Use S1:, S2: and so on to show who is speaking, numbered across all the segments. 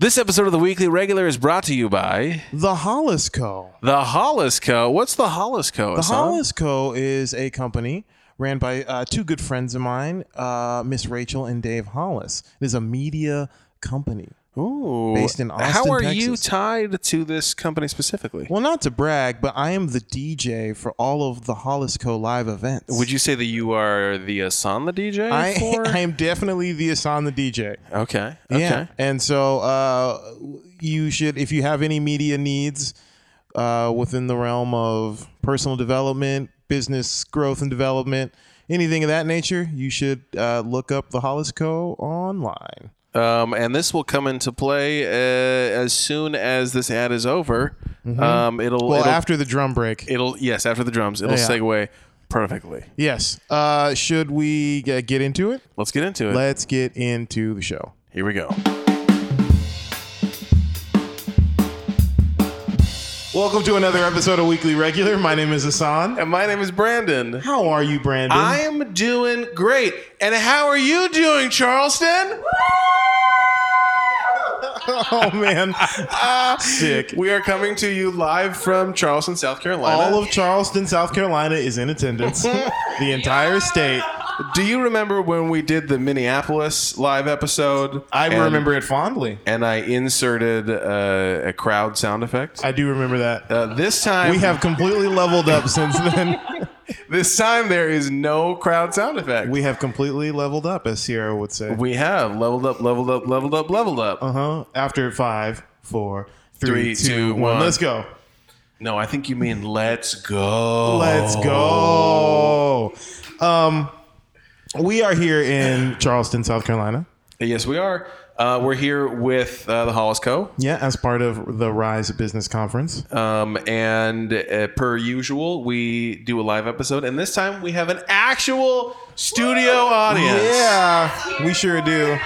S1: This episode of the Weekly Regular is brought to you by
S2: The Hollis Co.
S1: the Hollis Co. What's the Hollis Co?
S2: The
S1: Hassan?
S2: Hollis Co. is a company ran by uh, two good friends of mine, uh, Miss Rachel and Dave Hollis. It is a media company.
S1: Ooh.
S2: based in
S1: How
S2: Austin,
S1: are you
S2: Texas.
S1: tied to this company specifically?
S2: Well, not to brag, but I am the DJ for all of the Hollis Co. live events.
S1: Would you say that you are the Asan the DJ?
S2: I,
S1: for?
S2: I am definitely the Asana DJ.
S1: okay. Okay.
S2: Yeah. And so uh, you should, if you have any media needs uh, within the realm of personal development, business growth and development, anything of that nature, you should uh, look up the Hollis Co. online.
S1: Um, and this will come into play uh, as soon as this ad is over. Um, it'll,
S2: Mm-hmm. Well,
S1: it'll,
S2: after the drum break.
S1: it'll, yes, after the drums, it'll
S2: Yeah.
S1: segue perfectly.
S2: Yes. Uh, should we uh, get into it?
S1: Let's get into it.
S2: Let's get into the show.
S1: Here we go.
S2: Welcome to another episode of Weekly Regular. My name is Asan.
S1: And my name is Brandon.
S2: How are you, Brandon?
S1: I am doing great. And how are you doing, Charleston?
S2: oh man, sick.
S1: We are coming to you live from Charleston, South Carolina.
S2: All of Charleston, South Carolina is in attendance. the entire state.
S1: Do you remember when we did the Minneapolis live episode?
S2: I
S1: And-
S2: remember it fondly.
S1: And I inserted uh, a crowd sound effect.
S2: I do remember that.
S1: Uh, this time,
S2: we have completely leveled up since then.
S1: this time there is no crowd sound effect.
S2: we have completely leveled up, as Sierra would say.
S1: we have leveled up, leveled up, leveled up, leveled up.
S2: Uh huh. After five, four,
S1: Three,
S2: three,
S1: two,
S2: two, one.
S1: one.
S2: Let's go.
S1: No, I think you mean let's go.
S2: Let's go. Um, we are here in Charleston, South Carolina.
S1: Yes, we are. Uh, we're here with uh, the Hollis Co.
S2: Yeah, as part of the Rise Business Conference.
S1: Um, and uh, per usual, we do a live episode, and this time we have an actual studio audience.
S2: Yeah, we sure do.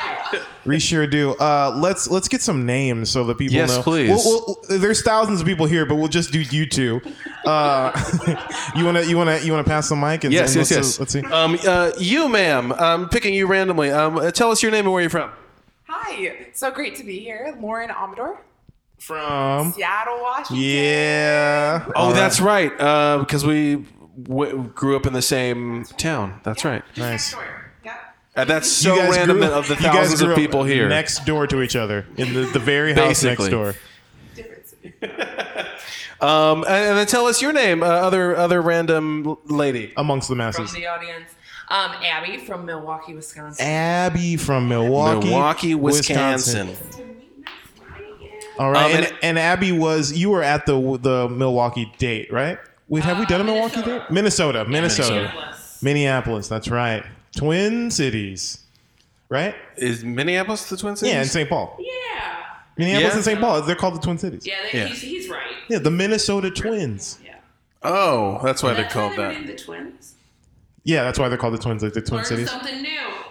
S2: We sure do. Uh, let's let's get some names so that people
S1: Yes,
S2: know.
S1: please.
S2: We'll, we'll, there's thousands of people here, but we'll just do you two. Uh, you wanna you wanna you wanna pass the mic and
S1: Yes,
S2: and
S1: yes,
S2: let's,
S1: yes.
S2: Let's see.
S1: Um, uh, you, ma'am. I'm picking you randomly. Um, uh, tell us your name and where you're from.
S3: Hi, so great to be here. Lauren Amador,
S2: From
S3: Seattle, Washington.
S2: yeah. Uh,
S1: Oh,
S2: All right.
S1: that's right. Uh, Because we w- grew up in the same town. That's right.
S2: nice.
S3: Next door. Yep.
S1: Uh, that's
S2: You
S1: so
S2: guys
S1: random
S2: grew-
S1: that of the
S2: you guys
S1: thousands of
S2: grew up
S1: people here.
S2: next door to each other in the, the very house
S1: Basically.
S2: next door.
S3: Different city.
S1: Um, and, and then tell us your name, uh, other other random l- lady.
S2: Amongst the
S3: From
S2: masses.
S3: the audience, um, Abby from Milwaukee, Wisconsin.
S2: Abby from Milwaukee,
S1: Milwaukee, Wisconsin.
S2: All right,
S1: Um,
S2: and,
S1: and-
S2: and, Abby was you were at the the Milwaukee date, right? Wait, have we
S3: Uh,
S2: done a Milwaukee date? Minnesota, Minnesota, Minneapolis. That's right, Twin Cities, right?
S1: Is Minneapolis the Twin Cities?
S2: Yeah, and St. Paul,
S3: Yeah.
S2: Minneapolis
S1: Yeah.
S2: and St. Paul. They're called the Twin Cities.
S3: Yeah,
S1: Yeah.
S3: He's, he's right.
S2: Yeah, the Minnesota Twins.
S3: Yeah.
S1: oh, that's why they're
S3: That's
S1: called
S3: why
S1: that.
S3: named the twins.
S2: Yeah, that's why they're called the Twins, like the Twin
S3: Learn
S2: Cities.
S3: something new.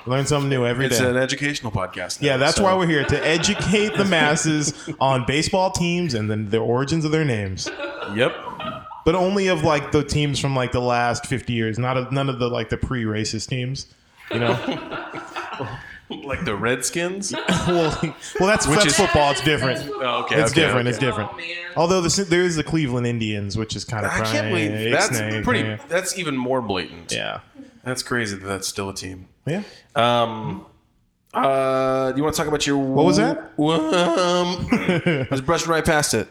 S2: Learn something new every day.
S1: It's an educational podcast. now,
S2: yeah, that's
S1: so-
S2: why we're here to educate the masses on baseball teams and then the origins of their names.
S1: Yep.
S2: but only of like the teams from like the last 50 years not of, none of the like the pre-racist teams you know
S1: Like the Redskins.
S2: well, well that's, that's
S1: is-
S2: football it's different
S1: Oh, okay,
S2: it's
S1: okay,
S2: different
S1: okay.
S2: it's different
S3: Oh, man.
S2: although the, there is the cleveland indians which is kind of
S1: I can't believe that's pretty. That's even more blatant.
S2: yeah
S1: That's crazy that that's still a team.
S2: yeah
S1: Um, uh, do you want to talk about your what
S2: was that?
S1: Um, I was brushing right past it.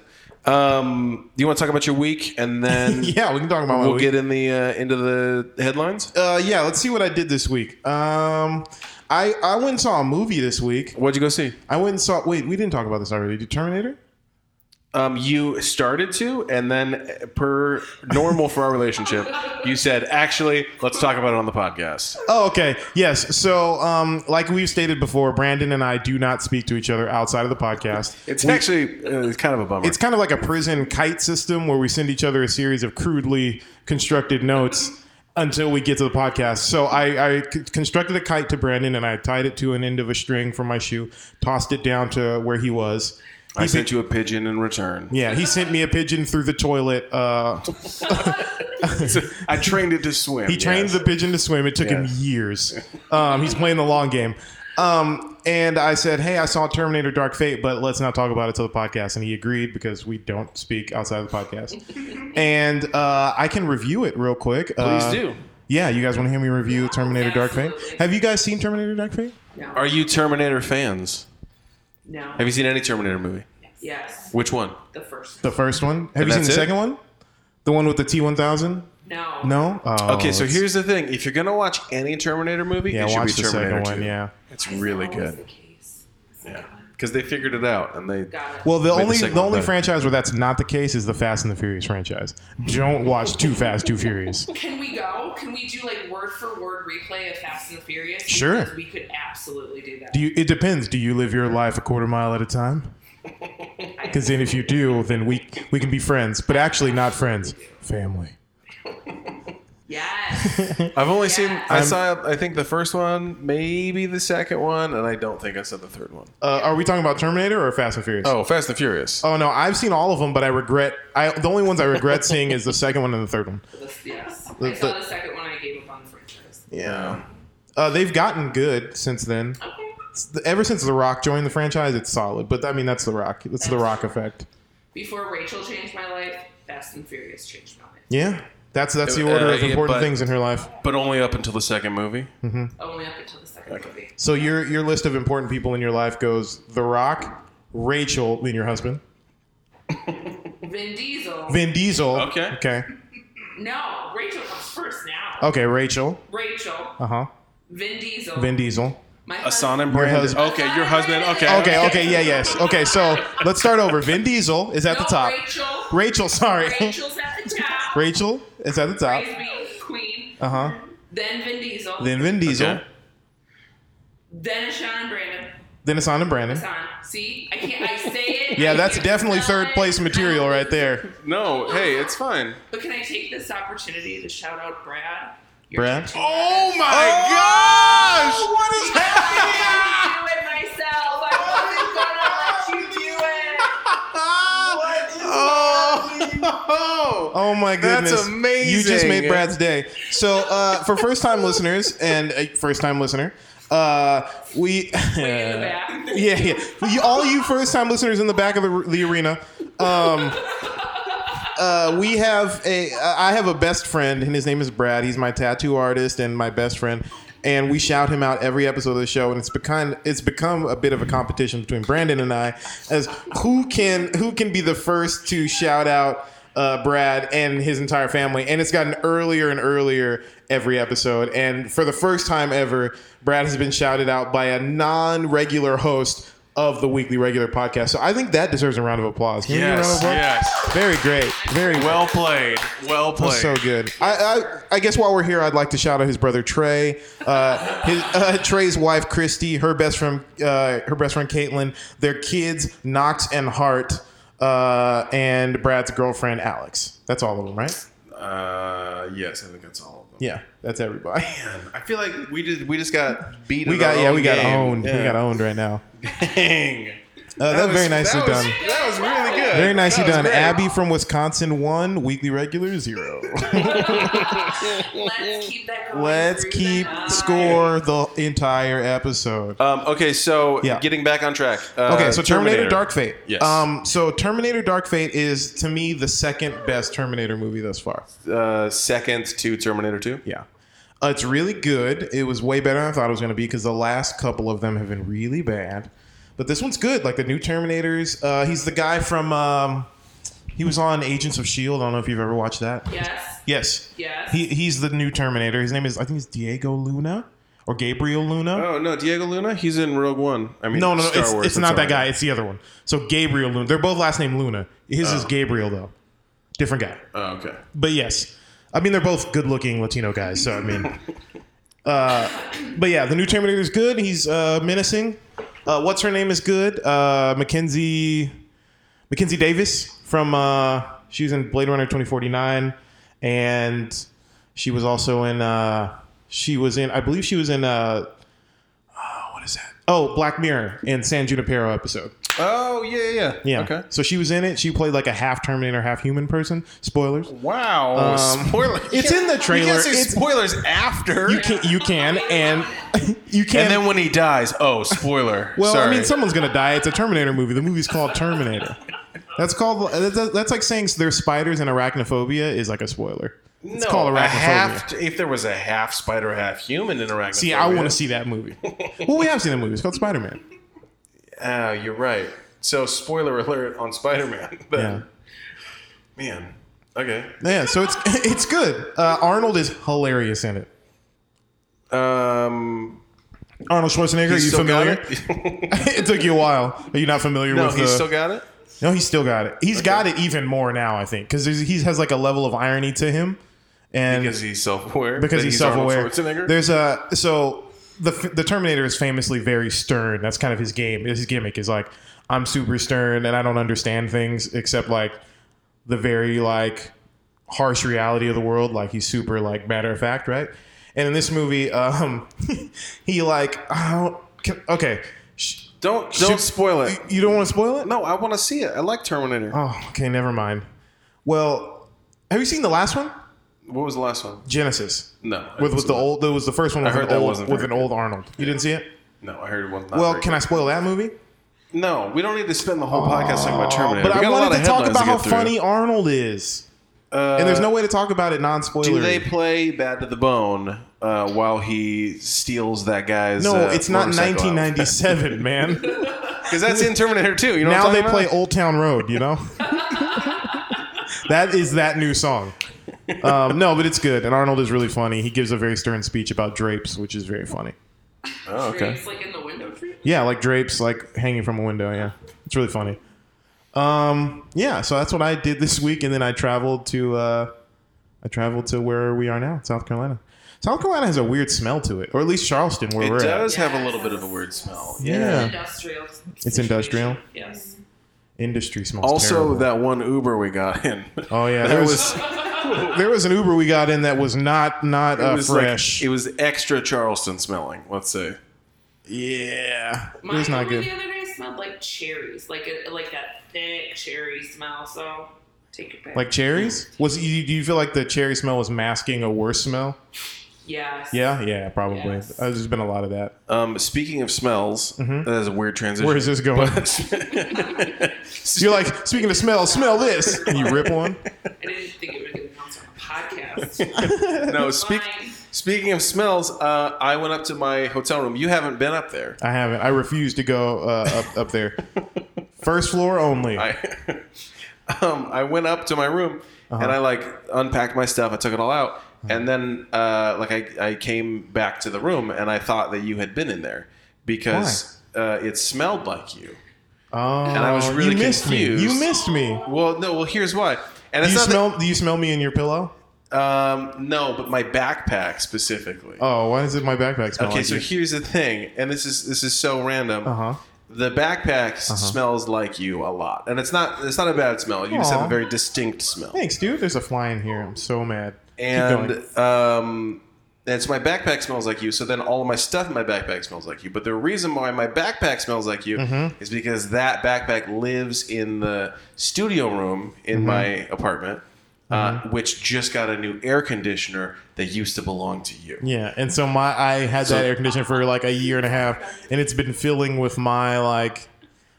S1: Um, do you want to talk about your week and then
S2: yeah we can talk about my
S1: we'll
S2: week.
S1: get in the uh, into the headlines?
S2: uh, yeah let's see what i did this week um i i went and saw a movie this week
S1: What'd you go see?
S2: i went and saw wait we didn't talk about this already Did terminator
S1: Um, you started to, and then uh, per normal for our relationship, you said, "Actually, let's talk about it on the podcast."
S2: Oh, okay. Yes. So, um, like we've stated before, Brandon and I do not speak to each other outside of the podcast.
S1: It's
S2: We-
S1: actually uh, it's kind of a bummer.
S2: it's kind of like a prison kite system where we send each other a series of crudely constructed notes until we get to the podcast. So I, I c- constructed a kite to Brandon and I tied it to an end of a string from my shoe, tossed it down to where he was.
S1: I sent you a pigeon in return.
S2: Yeah, he sent me a pigeon through the toilet. Uh,
S1: I trained it to swim.
S2: He trained
S1: yes.
S2: the pigeon to swim. It took him
S1: Yes.
S2: years. Um, he's playing the long game. Um, and I said, "Hey, I saw Terminator: Dark Fate, but let's not talk about it till the podcast." And he agreed because we don't speak outside of the podcast. and uh, I can review it real quick. Please
S1: Please do.
S2: Yeah, you guys want to hear me review Terminator: Dark Fate?
S4: Absolutely.
S2: Have you guys seen Terminator: Dark Fate?
S4: No.
S1: Are you Terminator fans?
S4: no.
S1: Have you seen any Terminator movie?
S4: yes.
S1: Which one?
S4: The first.
S2: The first one. Have
S1: And
S2: you seen
S1: that's
S2: the
S1: it?
S2: second one? The one with the T one thousand?
S4: No.
S2: No. Oh,
S1: Okay, so
S2: it's-
S1: here's the thing: if you're gonna watch any Terminator movie,
S2: yeah,
S1: it should
S2: watch
S1: be
S2: the
S1: Terminator
S2: second one.
S1: 2.
S2: Yeah.
S1: it's really
S4: That was
S1: good.
S4: the case.
S1: Yeah, because they figured it out and they.
S4: Got it.
S2: Well, the
S1: Wait, the
S2: only the,
S1: second one
S2: only
S1: better.
S2: franchise where that's not the case is the Fast and the Furious franchise. Don't watch Too Fast, Too Furious.
S4: Can we go? Can we do like word for word replay of Fast and the Furious?
S2: Sure.
S4: Because we could absolutely do that.
S2: Do you? It depends. Do you live your life a quarter mile at a time? Because then, if you do, then we we can be friends, but actually not friends, family.
S4: yes.
S1: I've only seen. I
S2: I'm-
S1: saw. I think the first one, maybe the second one, and I don't think I saw the third one.
S2: Uh, are we talking about Terminator or Fast and Furious?
S1: Oh, Fast and Furious.
S2: Oh no, I've seen all of them, but I regret. I the only ones I regret seeing is the second one and the third one.
S4: This- yes. I
S2: The-
S4: saw
S2: the-
S4: the second one. I gave up on the franchise.
S1: Yeah.
S2: Uh, they've gotten good since then.
S4: Okay.
S2: It's- Ever since The Rock joined the franchise, it's solid. But I mean, that's The Rock. It's The Rock effect.
S4: Before Rachel changed my life, Fast and Furious changed my life.
S2: Yeah, that's that's the
S1: Uh,
S2: order of
S1: yeah,
S2: important
S1: but-
S2: things in her life.
S1: But only up until the second movie.
S2: Hmm.
S4: Only up until the second movie.
S2: So your your list of important people in your life goes The Rock, Rachel, being your husband,
S4: Vin Diesel.
S2: Vin Diesel.
S1: Okay.
S2: Okay.
S4: no, Rachel comes first now.
S2: Okay. Rachel.
S4: Rachel.
S2: Uh huh.
S4: Vin Diesel.
S2: Vin Diesel.
S4: my
S1: Asan
S4: husband.
S1: and Brandon.
S2: husband.
S1: Okay, your husband. Okay.
S2: Okay. Okay. Yeah. Yes. Okay. So let's start over. Vin Diesel is at the
S4: No,
S2: top.
S4: Rachel.
S2: Rachel. Sorry.
S4: Rachel's at the top.
S2: Rachel is at the top.
S4: Praise be Queen.
S2: Uh huh.
S4: Then Vin Diesel.
S2: Then Vin Diesel.
S1: Okay.
S4: Then Sean and Brandon.
S2: Then it's on to Brandon.
S4: It's on. See, I can't. I say it.
S2: Yeah,
S4: I
S2: that's
S4: can't
S2: definitely
S4: spell
S2: third
S4: it.
S2: place material
S4: I-
S2: right there.
S1: No, hey, it's fine.
S4: But can I take this opportunity to shout out Brad? You're
S2: Brad.
S1: Oh my
S2: Oh,
S1: gosh! What is happening?
S4: I do it myself. I wasn't gonna let you do it.
S1: oh.
S2: Oh my
S1: That's
S2: goodness!
S1: amazing.
S2: You just made Brad's day. So uh, for first time listeners and uh, first time listener, uh, we
S4: Way in the back.
S2: yeah yeah you, all you first time listeners in the back of the, the arena. Um, uh, we have a I have a best friend and his name is Brad. He's my tattoo artist and my best friend. And we shout him out every episode of the show, and it's become it's become a bit of a competition between Brandon and I as who can who can be the first to shout out uh, Brad and his entire family. And it's gotten earlier and earlier every episode. And for the first time ever, Brad has been shouted out by a non-regular host of the weekly regular podcast. So I think that deserves a round of applause. Can we give a round of
S1: Yes, yes.
S2: applause? Very great. Very
S1: Well
S2: well.
S1: played. Well played.
S2: So good. I, I I guess while we're here, I'd like to shout out his brother Trey, uh, his uh, Trey's wife Christy, her best friend, uh, her best friend Caitlin, their kids Knox and Hart, uh, and Brad's girlfriend Alex. That's all of them, right?
S1: Uh, yes, I think that's all of them.
S2: Yeah, that's everybody.
S1: Man, I feel like we just we just got beat.
S2: We
S1: at
S2: got
S1: our
S2: yeah,
S1: own
S2: we got
S1: game.
S2: owned.
S1: Yeah.
S2: We got owned right now.
S1: Dang.
S2: Uh, that's very nicely
S1: that was,
S2: done.
S1: That was really good.
S2: Very nicely
S1: That was
S2: done.
S1: great.
S2: Abby from Wisconsin one, weekly regular zero.
S4: Let's keep that going.
S2: Let's
S4: through
S2: keep
S4: the night.
S2: score the entire episode.
S1: Um, okay, so
S2: Yeah.
S1: getting back on track. Uh,
S2: Okay, so Terminator, Dark Fate.
S1: Yes.
S2: Um, so Terminator Dark Fate is to me the second best Terminator movie thus far.
S1: Uh, second to Terminator Two.
S2: Yeah. Uh, it's really good. It was way better than I thought it was going to be because the last couple of them have been really bad. But this one's good. Like the new Terminators. Uh, he's the guy from. Um, he was on Agents of Shield. I don't know if you've ever watched that.
S4: Yes.
S2: Yes.
S4: Yes.
S2: He, he's the new Terminator. His name is I think it's Diego Luna or Gabriel Luna.
S1: Oh no, Diego Luna. He's in Rogue One. I mean,
S2: No, no, no.
S1: Star
S2: it's
S1: Wars,
S2: it's
S1: I'm
S2: not
S1: sorry.
S2: that guy. It's the other one. So Gabriel Luna. They're both last name Luna. His is Gabriel though. Different guy.
S1: Oh, okay.
S2: But yes, I mean they're both good looking Latino guys. So I mean, uh, but yeah, the new Terminator is good. He's uh, menacing. Uh, what's her name is good. Uh, Mackenzie Mackenzie Davis from uh, she was in Blade Runner twenty forty nine, and she was also in uh, she was in uh, I believe she was in uh, oh, what is that? Oh, Black Mirror and San Junipero episode.
S1: Oh yeah, yeah,
S2: Yeah.
S1: Okay.
S2: So she was in it. She played like a half Terminator, half human person. Spoilers.
S1: Wow.
S2: Um,
S1: spoiler.
S2: it's in the
S1: You
S2: trailer.
S1: can't say
S2: It's-
S1: spoilers after.
S2: You can, you can, and you can.
S1: and then when he dies, oh, spoiler.
S2: well,
S1: Sorry.
S2: I mean, someone's gonna die. It's a Terminator movie. The movie's called Terminator. That's called. That's that's like saying there's spiders and arachnophobia is like a spoiler. It's
S1: No, a
S2: called arachnophobia.
S1: half, if there was a half spider, half human in arachnophobia.
S2: See, I want to see that movie. well, we have seen that movie. It's called Spider Man.
S1: Oh, you're right. So, spoiler alert on Spider Man.
S2: Yeah.
S1: Man. Okay.
S2: Yeah. So it's it's good. Uh, Arnold is hilarious in it.
S1: Um,
S2: Arnold Schwarzenegger. Are you
S1: still got
S2: familiar?
S1: it?
S2: it took you a while. Are you not familiar
S1: no,
S2: with?
S1: he
S2: the-
S1: still got it.
S2: No, he's still got it. He's got it even more now, I think, because he has like a level of irony to him, and
S1: Because
S2: because,
S1: he's self-aware. that
S2: he's
S1: Arnold
S2: self-aware.
S1: Schwarzenegger?
S2: There's a so the the Terminator is famously very stern. That's kind of his game. His gimmick is like I'm super stern and I don't understand things except like the very like harsh reality of the world. Like he's super like matter of fact, right? And in this movie, um, he like I don't, can, okay. Sh-
S1: don't don't
S2: sh-
S1: spoil it.
S2: You don't want to spoil it?
S1: No, I want to see it. I like Terminator.
S2: Oh, okay, never mind. Well, have you seen the last one?
S1: what was the last one?
S2: Genesis.
S1: No. I
S2: With
S1: didn't
S2: with
S1: see
S2: the
S1: that.
S2: old there was the first one with,
S1: heard
S2: an
S1: that
S2: old,
S1: wasn't
S2: with an
S1: very
S2: old Arnold. You didn't see it?
S1: No, I heard it was not.
S2: Well,
S1: very
S2: can I spoil that movie?
S1: good. No, we don't need to spend the whole podcast talking about Terminator. we
S2: But I
S1: got a lot
S2: wanted
S1: of
S2: to talk
S1: headlines
S2: about how
S1: get through.
S2: funny Arnold is.
S1: Uh,
S2: And there's no way to talk about it non spoiler.
S1: Do they play Bad to the Bone uh, while he steals that guy's?
S2: No,
S1: uh,
S2: it's not
S1: motorcycle out?
S2: 1997, man.
S1: Because that's in Terminator 2. You know
S2: now
S1: what
S2: they
S1: I'm
S2: play
S1: talking
S2: Old Town Road, you know? that is that new song. Um, no, but it's good. And Arnold is really funny. He gives a very stern speech about drapes, which is very funny.
S1: about? Oh, okay.
S4: It's like in the window tree.
S2: Yeah, like drapes, like hanging from a window. Yeah, it's really funny. Um, yeah, so that's what I did this week, and then I traveled to uh, I traveled to where we are now, South Carolina. South Carolina has a weird smell to it, or at least Charleston, where
S1: It
S2: we're
S1: does
S2: at.
S1: have a little bit of a weird smell.
S2: Yeah,
S4: Industrial.
S2: it's industrial.
S4: Yes.
S2: Industry smells.
S1: Also,
S2: terrible.
S1: that one Uber we got in.
S2: Oh yeah,
S1: That
S2: there
S1: was,
S2: was there was an Uber we got in that was not not
S1: it
S2: uh,
S1: was
S2: fresh.
S1: Like, it was extra Charleston smelling. Let's say.
S2: yeah, it
S4: Mine
S2: was not
S4: over
S2: good.
S4: The other day smelled like cherries, like a, like that thick cherry smell. So take your pick.
S2: Like cherries? Was you, do you feel like the cherry smell was masking a worse smell?
S4: yes.
S2: Yeah, yeah, probably.
S4: Yes.
S2: Uh, There's been a lot of that.
S1: Um, speaking of smells, that is a weird transition.
S2: Mm-hmm. Where is this going? You're
S1: You're
S2: like, speaking of smell, smell this. And you rip one.
S4: I didn't think it would get announced on a podcast.
S1: no. Speak,
S4: Fine.
S1: speaking of smells, uh, I went up to my hotel room. You haven't been up there.
S2: I haven't. I refuse to go uh, up, up there. First floor only.
S1: I, um, I went up to my room
S2: Uh-huh.
S1: and I like unpacked my stuff. I took it all out, and then uh, like I, I came back to the room and I thought that you had been in there because uh, it smelled like you.
S2: oh,
S1: and I was really
S2: you missed
S1: confused.
S2: me. You missed me.
S1: Well, no. Well, here's why. And it's
S2: Do you
S1: not that-
S2: smell? Do you smell me in your pillow?
S1: um, no, but my backpack specifically.
S2: Oh, why does it my backpack smell?
S1: okay,
S2: like
S1: so
S2: you?
S1: here's the thing, and this is this is so random.
S2: Uh huh.
S1: The backpack
S2: Uh-huh.
S1: smells like you a lot, and it's not it's not a bad smell. You just have
S2: Aw.
S1: a very distinct smell.
S2: Thanks, dude. There's a fly in here. I'm so mad. Keep going.
S1: and um, and so my backpack smells like you. So then all of my stuff in my backpack smells like you. But the reason why my backpack smells like you
S2: Mm-hmm.
S1: is because that backpack lives in the studio room in
S2: Mm-hmm.
S1: my apartment, uh, which just got a new air conditioner that used to belong to you.
S2: yeah, and so my I had
S1: So-
S2: that air conditioner for like a year and a half, and it's been filling with my like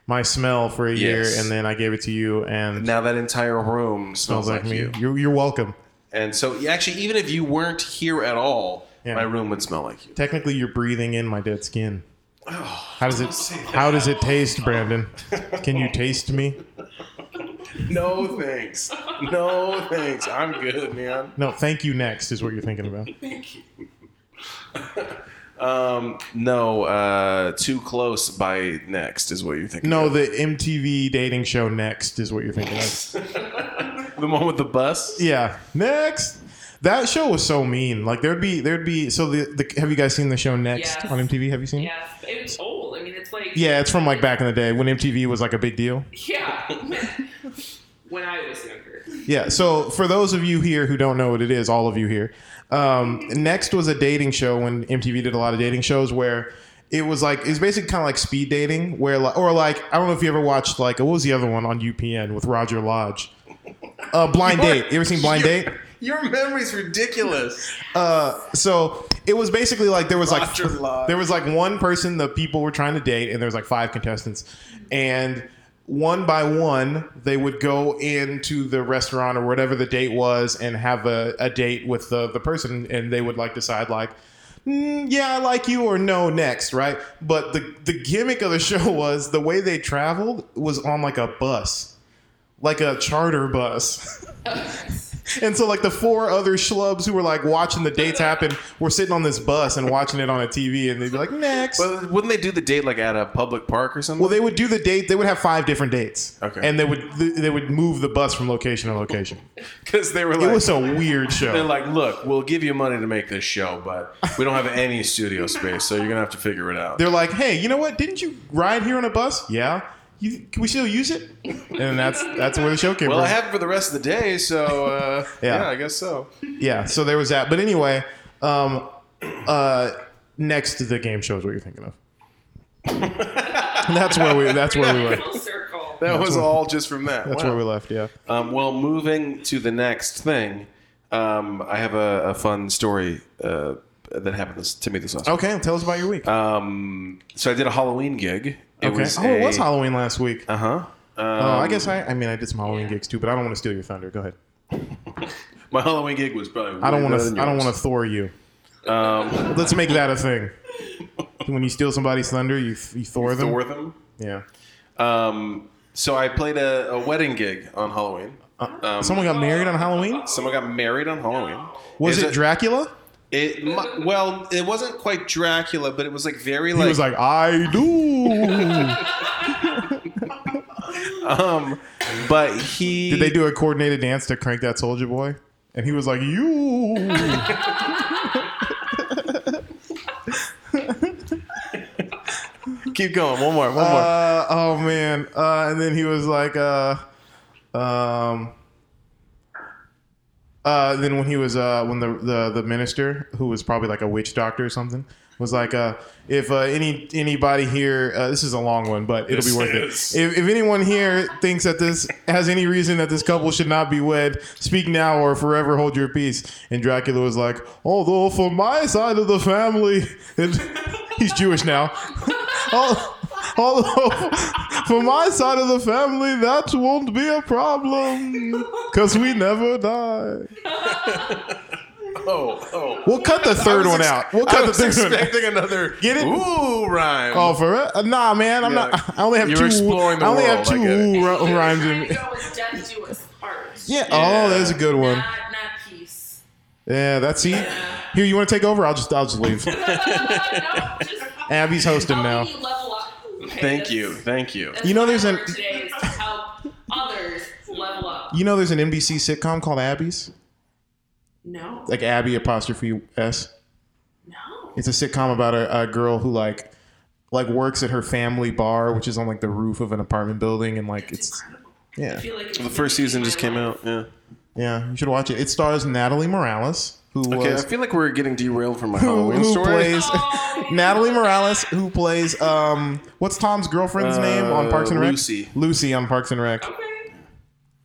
S2: my smell for a
S1: Yes.
S2: year, and then I gave it to you, and
S1: Now that entire room smells,
S2: smells
S1: like,
S2: like me.
S1: you.
S2: You're, you're welcome.
S1: And so yeah, actually, even if you weren't here at all,
S2: Yeah.
S1: my room would smell like you.
S2: Technically, you're breathing in my dead skin. How does
S1: say
S2: it?
S1: that.
S2: How does it taste, Brandon? Can you taste me?
S1: No thanks. No thanks. I'm good, man.
S2: No, thank you. Next is what you're thinking about.
S1: Um, no, uh, too close by next is what you're thinking.
S2: No, the MTV dating show Next is what you're thinking of.
S1: the one with the bus.
S2: Yeah, Next. That show was so mean. Like there'd be there'd be so the, the have you guys seen the show Next
S4: Yes.
S2: on MTV? Have you seen? it?
S4: Yes. It was old. I mean, it's like.
S2: Yeah, it's from like back in the day when MTV was like a big deal.
S4: Yeah. when I was younger.
S2: Yeah. So for those of you here who don't know what it is, all of you here, um, Next was a dating show when MTV did a lot of dating shows where it was like it's basically kind of like speed dating, where like, or like I don't know if you ever watched like what was the other one on UPN with Roger Lodge, uh, Blind Date. You ever seen Blind Date?
S1: Your memory's ridiculous.
S2: Uh, so it was basically like there was
S1: Roger
S2: like
S1: Lodge.
S2: there was like one person the people were trying to date, and there was like five contestants, and one by one they would go into the restaurant or whatever the date was and have a, a date with the the person, and they would like decide like. "Mm, yeah, I like you or no next, right? But the the gimmick of the show was the way they traveled was on like a bus, like a charter bus. And so, like, the four other schlubs who were like watching the dates happen were sitting on this bus and watching it on a TV, and they'd be like, next.
S1: But wouldn't they do the date like at a public park or something?
S2: well, they would do the date. They would have five different dates,
S1: Okay.
S2: and they would they would move the bus from location to location.
S1: because they were
S2: It
S1: like,
S2: was a weird
S1: they're
S2: show.
S1: like, look, we'll give you money to make this show, but we don't have any studio space, so you're gonna have to figure it out.
S2: They're like, hey, you know what? Didn't you ride here on a bus? Yeah. You, can we still use it? And that's that's where the show came
S1: Well,
S2: from.
S1: I have it for the rest of the day, so uh,
S2: Yeah.
S1: yeah. I guess so.
S2: yeah. So there was that. But anyway, um, uh, next to the game show is what you're thinking of. And that's where we. That's where we were.
S4: Full circle.
S1: That was
S2: where-
S1: all just from that.
S2: That's
S1: Wow.
S2: where we left. Yeah.
S1: Um, well, moving to the next thing, um, I have a, a fun story uh, that happened this, to me this last week.
S2: Okay, tell us about your week.
S1: Um, so I did a Halloween gig. It
S2: Oh. okay.
S1: was
S2: oh, it was
S1: a-
S2: Halloween last week.
S1: Uh huh.
S2: oh, I guess I. I mean, I did some Halloween gigs too, but I don't want to steal your thunder. Go ahead.
S1: My Halloween gig was probably.
S2: I don't want to. I don't want to Thor you.
S1: Um,
S2: Let's make that a thing. when you steal somebody's thunder, you you Thor them.
S1: Thor them.
S2: Yeah.
S1: Um, so I played a, a wedding gig on Halloween. Um,
S2: Uh, Someone got married on Halloween.
S1: someone got married on Halloween.
S2: Was
S1: Is
S2: it Dracula?
S1: It mu- well, it wasn't quite Dracula, but it was like very
S2: he
S1: like.
S2: was like, I do.
S1: um, but he
S2: did they do a coordinated dance to crank that Soldier Boy? And he was like, you.
S1: keep going? One more, one more.
S2: Uh, oh man. Uh, and then he was like, uh, um, uh, then when he was uh, when the, the the minister who was probably like a witch doctor or something was like, uh, if uh, any anybody here, uh, this is a long one, but it'll
S1: This
S2: be worth
S1: is.
S2: it. If, if anyone here thinks that this has any reason that this couple should not be wed, speak now or forever hold your peace. And Dracula was like, although for my side of the family, and he's Jewish now. Al- Although, for my side of the family, that won't be a problem. Because we never die.
S1: oh, oh.
S2: We'll cut the third one out. We'll cut
S1: I
S2: the
S1: was
S2: third one out.
S1: expecting another
S2: Get it?
S1: ooh rhyme.
S2: Oh, for real? Nah, man. I'm
S1: Yeah.
S2: not. I only have
S1: You're
S2: two.
S1: exploring the
S2: I only
S1: world,
S2: have
S1: I
S2: two
S1: get it.
S2: ooh ri- rhymes
S4: Trying to
S2: in.
S4: go with death do us part.
S2: Yeah.
S1: Yeah.
S2: Oh, that's a good one.
S4: Not, not peace.
S2: Yeah, that's he. Here, you want to take over? I'll just, I'll just leave.
S4: No, just
S2: Abby's hosting
S4: how
S2: now.
S4: we level up. Okay,
S1: thank
S4: that's-
S1: you, thank you.
S4: that's
S2: You know
S4: my
S2: there's an-
S4: word Today is to help others level up.
S2: You know, there's an NBC sitcom called Abby's,
S4: No.
S2: like Abby apostrophe s.
S4: No.
S2: It's a sitcom about a, a girl who like, like works at her family bar, which is on like the roof of an apartment building, and like
S4: It's
S2: it's
S4: incredible. I
S2: yeah,
S4: feel like it's
S1: The first season just came
S4: my
S1: out. Yeah.
S2: yeah. You should watch it. It stars Natalie Morales, who
S1: Okay, I
S2: was
S1: feel like we're getting derailed from my
S2: who,
S1: Halloween
S2: who
S1: story.
S2: plays
S4: Oh.
S2: Natalie Morales, who plays um, what's Tom's girlfriend's name on Parks and
S1: Uh,
S2: Rec?
S1: Lucy.
S2: Lucy on Parks and Rec.
S4: Okay.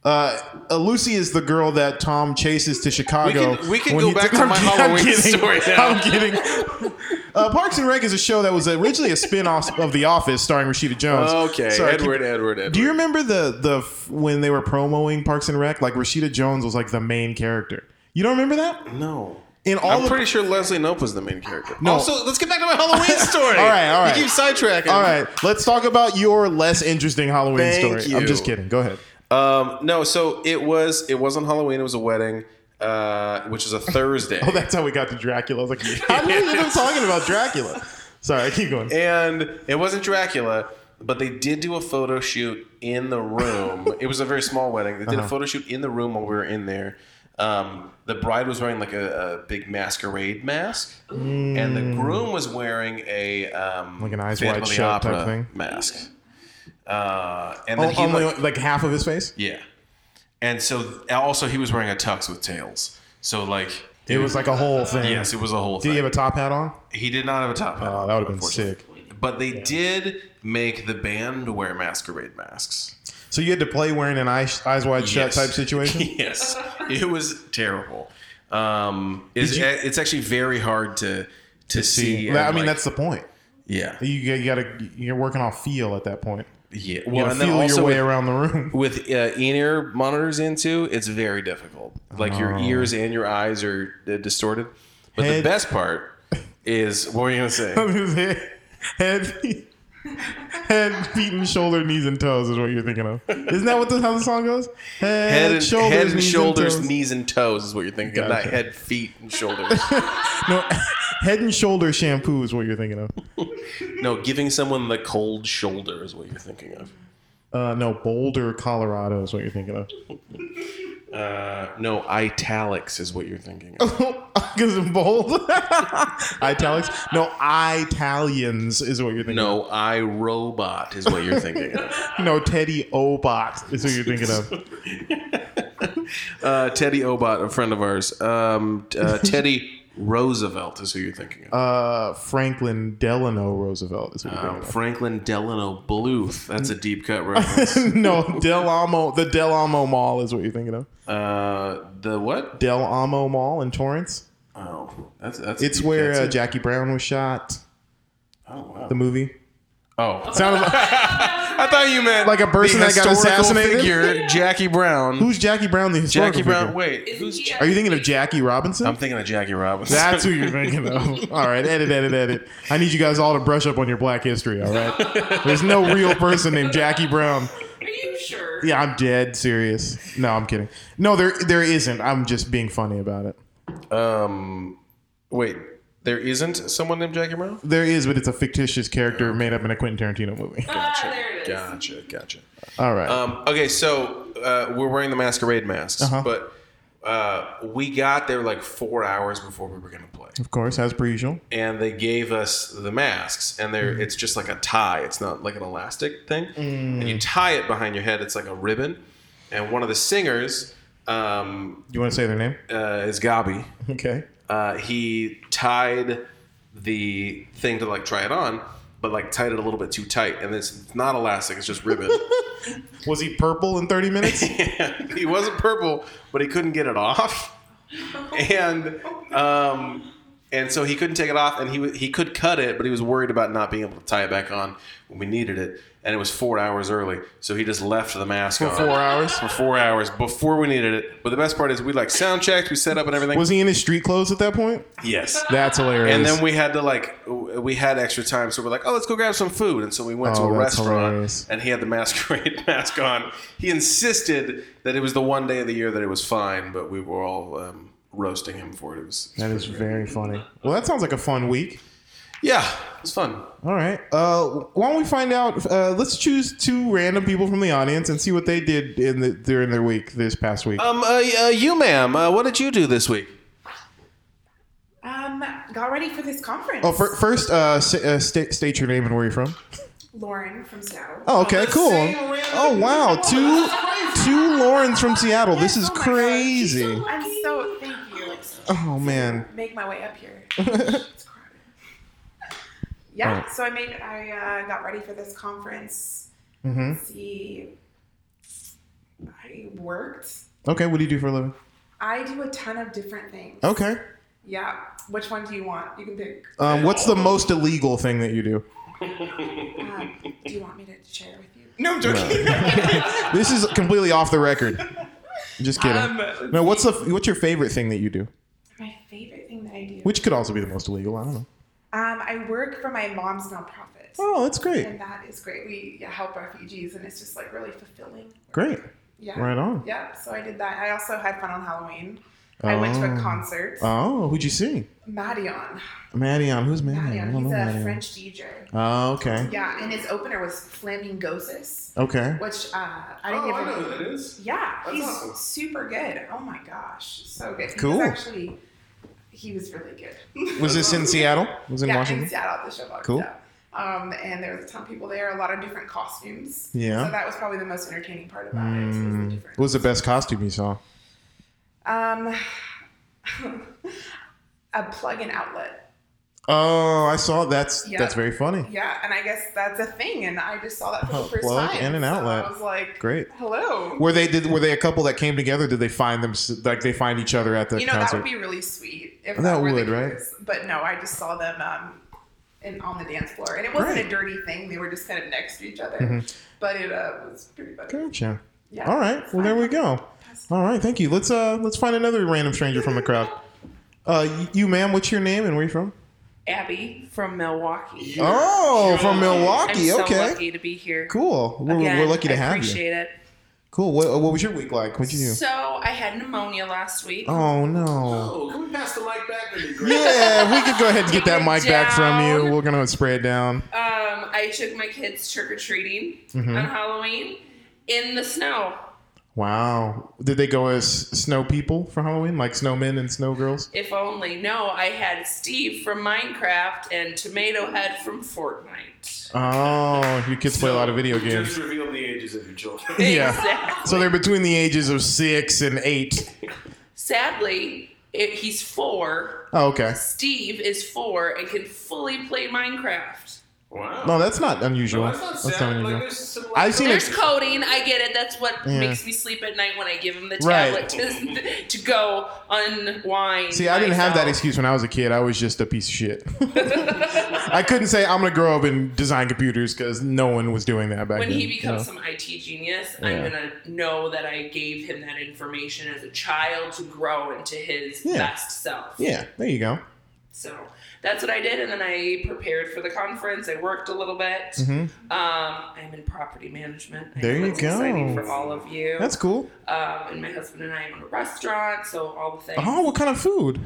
S2: Uh, uh, Lucy is the girl that Tom chases to Chicago.
S1: We can- we can
S2: when
S1: go
S2: he-
S1: back to my Halloween story now.
S2: I'm kidding. Uh, Parks and Rec is a show that was originally a spin-off of The Office starring Rashida Jones.
S1: Okay,
S2: Sorry, I keep-
S1: Edward, Edward, Edward.
S2: do you remember the the f- when they were promoting Parks and Rec? Like Rashida Jones was like the main character. You don't remember that?
S1: No.
S2: In all
S1: I'm
S2: the-
S1: pretty sure Leslie Nope was the main character.
S2: No.
S1: Also, let's get back to my Halloween story.
S2: All right, all right.
S1: You keep sidetracking.
S2: All right, let's talk about your less interesting Halloween
S1: Thank
S2: story. I'm
S1: you.
S2: just kidding. Go ahead.
S1: Um, no, so it was it wasn't Halloween. It was a wedding, uh, which is a Thursday.
S2: Oh, that's how we got to Dracula. I was like, how do we even talking about Dracula? Sorry, I keep going.
S1: and it wasn't Dracula, but they did do a photo shoot in the room. it was a very small wedding. They did
S2: Uh-huh.
S1: a photo shoot in the room while we were in there. Um, the bride was wearing like a, a big masquerade mask, and the groom was wearing a um,
S2: Mm. Like an Eyes
S1: Phantom
S2: Wide
S1: of the
S2: Shut type
S1: Opera
S2: thing?
S1: mask. Uh, and then
S2: Oh,
S1: he
S2: only
S1: like-
S2: like, half of his face.
S1: yeah, and so also he was wearing a tux with tails. So like
S2: It was like a whole thing.
S1: yes, it was a whole
S2: Did
S1: thing.
S2: he have a top hat on?
S1: He did not have a top hat.
S2: Oh, that would have been
S1: Uh, unfortunately.
S2: sick.
S1: But they did make the band wear masquerade masks.
S2: So you had to play wearing an eyes, eyes wide shut
S1: Yes.
S2: type situation.
S1: yes, it was terrible. Um, it's,
S2: you-
S1: it's actually very hard to to see.
S2: That- I
S1: and,
S2: mean,
S1: like-
S2: that's the point.
S1: yeah,
S2: You, you gotta you're working off feel at that point.
S1: yeah.
S2: You
S1: Well,
S2: gotta
S1: and then
S2: feel
S1: also
S2: your way
S1: with-
S2: around the room.
S1: with uh, in-ear monitors into, it's very difficult. Like your
S2: Oh.
S1: ears and your eyes are uh, distorted. But
S2: Head-
S1: the best part is what were you gonna say?
S2: His head, head, feet- head, feet, and shoulder, knees, and toes is what you're thinking of. Isn't that what the, how the song goes? Head,
S1: Head and
S2: shoulders,
S1: head and
S2: knees,
S1: shoulders,
S2: and toes.
S1: knees and toes is what you're thinking, of, not
S2: Gotcha.
S1: head, feet, and shoulders.
S2: No, head and shoulder shampoo is what you're thinking of.
S1: no, giving someone the cold shoulder is what you're thinking of.
S2: Uh, no, Boulder, Colorado is what you're thinking of.
S1: Uh, no, italics is what you're thinking of.
S2: Because of bold italics. No, Italians is what you're thinking.
S1: No, I robot is what you're thinking of.
S2: of. no, Teddy Obot is what you're thinking of.
S1: Uh, Teddy Obot, a friend of ours. Um, uh, Teddy Roosevelt is who you're thinking of.
S2: Uh, Franklin Delano Roosevelt is what you're
S1: Um,
S2: thinking
S1: Franklin Delano Bluth. That's a deep cut reference.
S2: of. no, Del Amo, the Del Amo Mall is what you're thinking of.
S1: uh, the what?
S2: Del Amo Mall in Torrance.
S1: Oh, that's that's.
S2: It's
S1: deep
S2: where
S1: cut,
S2: uh,
S1: too.
S2: Jackie Brown was shot.
S1: oh, wow.
S2: The movie.
S1: oh,
S2: Sounded like,
S1: I thought you meant
S2: like a person
S1: the
S2: that got
S1: historical
S2: assassinated.
S1: Figure Jackie Brown.
S2: Who's Jackie Brown? The historical
S1: Jackie Brown?
S2: figure?
S1: Wait,
S4: Isn't
S1: who's?
S4: he
S1: Ja-
S2: Are you thinking of Jackie Robinson?
S1: I'm thinking of Jackie Robinson.
S2: That's who you're thinking of. All right, edit, edit, edit. I need you guys all to brush up on your black history, all right? There's no real person named Jackie Brown.
S4: Are you sure?
S2: Yeah, I'm dead serious. No, I'm kidding. No, there there isn't. I'm just being funny about it.
S1: um, wait, there isn't someone named Jackie Brown.
S2: There is, but it's a fictitious character made up in a Quentin Tarantino movie.
S4: Ah, there it is.
S1: Gotcha, gotcha.
S2: All right.
S1: Um, okay, so uh, we're wearing the masquerade masks,
S2: Uh-huh.
S1: but uh, we got there like four hours before we were gonna play.
S2: of course, as per usual.
S1: and they gave us the masks and
S2: Mm.
S1: they're it's just like a tie it's not like an elastic thing and
S2: Mm.
S1: you tie it behind your head it's like a ribbon and one of the singers um,
S2: You want to say their name?
S1: uh, is gabi
S2: Okay.
S1: uh, he tied the thing to like try it on but like tied it a little bit too tight and it's not elastic it's just ribbon
S2: Was he purple in 30 minutes?
S1: he wasn't purple, but he couldn't get it off, and um, and so he couldn't take it off, and he wa- he could cut it, but he was worried about not being able to tie it back on when we needed it, and it was four hours early, so he just left the mask
S2: For
S1: on
S2: four hours?
S1: for four hours before we needed it. But the best part is we like sound checked, we set up and everything.
S2: Was he in his street clothes at that point?
S1: yes.
S2: That's hilarious.
S1: And then we had to like w- we had extra time, so we're like, oh, let's go grab some food. And so we went
S2: Oh,
S1: to a
S2: that's
S1: restaurant,
S2: hilarious.
S1: and he had the masquerade mask on. He insisted that it was the one day of the year that it was fine, but we were all um, roasting him for it. It was
S2: that is very funny. Well, that sounds like a fun week.
S1: yeah, it was fun.
S2: All right. Uh, why don't we find out? Uh, let's choose two random people from the audience and see what they did in the, during their week this past week.
S1: Um, uh, uh, you, ma'am, uh, what did you do this week?
S3: Um, got ready for this conference.
S2: oh, fir- first, uh, s- uh, sta- state your name and where you're from.
S3: Lauren from Seattle.
S2: Oh, okay,
S1: the
S2: cool.
S1: same random
S2: Oh, wow, two two Laurens from Seattle. This is
S3: oh my God.
S2: crazy.
S3: I'm so thank you.
S2: Oh man.
S3: Make my way up here. It's crowded. Yeah, so I made I uh, got ready for this conference.
S2: hmm
S3: Let's see, I worked.
S2: Okay, what do you do for a living?
S3: I do a ton of different things.
S2: Okay.
S3: Yeah. Which one do you want? You can pick.
S2: Um, what's the most illegal thing that you do?
S3: Uh, do you want me to share with you?
S1: No, I'm joking.
S2: This is completely off the record. Just kidding.
S3: Um, let's
S2: no, what's the what's your favorite thing that you do?
S3: My favorite thing that I do.
S2: Which could also be the most illegal. I don't know.
S3: Um, I work for my mom's nonprofit.
S2: Oh, that's great.
S3: And that is great. We yeah, help refugees, and it's just like really fulfilling.
S2: Great.
S3: Yeah.
S2: Right on.
S3: Yeah. So I did that. I also had fun on Halloween. I went to a
S2: Oh.
S3: concert.
S2: Oh, who'd you see?
S3: Maddion.
S2: Maddion. Who's Maddion? I
S3: Maddion.
S2: don't
S3: He's
S2: know
S3: a
S2: Maddion.
S3: French DJ.
S2: Oh, okay.
S3: Yeah, and his opener was Flamingosis,
S2: Okay.
S3: which uh, I didn't
S1: oh, I
S3: even
S1: know who that is.
S3: Yeah,
S1: That's
S3: he's
S1: awesome.
S3: super good. Oh my gosh, so good. He
S2: Cool.
S3: was actually, he was really good.
S2: Was this in Seattle? Was it in
S3: yeah,
S2: Washington?
S3: in Seattle at the show box.
S2: Cool.
S3: Yeah. Um, and there was a ton of people there, a lot of different costumes.
S2: Yeah.
S3: So that was probably the most entertaining part about it. Was the
S2: Mm.
S3: different.
S2: What was the best costume you saw?
S3: um, a plug-in outlet.
S2: Oh, I saw that's
S3: Yeah.
S2: that's very funny.
S3: Yeah, and I guess that's a thing, and I just saw that for the
S2: A
S3: first
S2: plug
S3: time.
S2: and an
S3: so
S2: outlet.
S3: I was like,
S2: Great.
S3: hello.
S2: Were they did were they a couple that came together? Did they find them like they find each other at the
S3: you know that
S2: concert?
S3: would be really sweet. If
S2: That
S3: were the
S2: would, right?
S3: case. But no, I just saw them um, in on the dance floor, and it wasn't
S2: Great.
S3: a dirty thing. They were just kind of next to each other, but it uh, was pretty better.
S2: gotcha.
S3: Yeah.
S2: All right. Well, there we go. All right. Thank you. Let's uh let's find another random stranger from the crowd. Uh, y- you, ma'am, what's your name and where you from?
S4: Abby from Milwaukee.
S2: Oh, from
S4: I'm
S2: Milwaukee.
S4: so
S2: okay.
S4: lucky to be here.
S2: Cool. We're,
S4: Again,
S2: we're lucky to
S4: I
S2: have you.
S4: Appreciate it.
S2: Cool. What, what was your week like? What'd you do?
S4: So I had pneumonia last week.
S2: Oh no.
S1: Oh, can we pass the mic back? That'd be great.
S2: Yeah, we could go ahead and get that
S4: Take it
S2: mic back from you.
S4: down.
S2: We're gonna spray it down.
S4: Um, I took my kids trick or treating
S2: Mm-hmm.
S4: on Halloween in the snow.
S2: Wow. Did they go as snow people for Halloween, like snowmen and snow girls?
S4: If only. No, I had Steve from Minecraft and Tomato Head from Fortnite.
S2: Oh, your kids play a lot of video
S1: You
S2: games.
S1: Just reveal the ages of your children.
S2: Yeah.
S4: Exactly.
S2: So they're between the ages of six and eight.
S4: Sadly, it, he's four.
S2: Oh, okay.
S4: Steve is four and can fully play Minecraft.
S1: Wow.
S2: No, that's not unusual.
S1: that's not sad. like,
S2: unusual.
S1: there's some, like,
S2: I've seen
S4: There's
S2: it.
S4: coding. I get it. That's what
S2: Yeah.
S4: makes me sleep at night when I give him the
S2: Right.
S4: tablet to, to go unwind.
S2: See, I didn't have that
S4: myself.
S2: excuse when I was a kid. I was just a piece of shit. I couldn't say I'm gonna grow up and design computers because no one was doing that back
S4: When
S2: then.
S4: he
S2: you
S4: becomes
S2: know?
S4: some IT genius,
S2: Yeah.
S4: I'm gonna know that I gave him that information as a child to grow into his
S2: Yeah.
S4: best self.
S2: yeah, there you go.
S4: So that's what I did, and then I prepared for the conference. I worked a little bit.
S2: Mhm.
S4: Um, I'm in property management. I
S2: There
S4: know
S2: you
S4: it's Exciting
S2: go.
S4: for all of you.
S2: That's cool.
S4: um, and my husband and I own a restaurant, so all the things.
S2: Oh, what kind of food?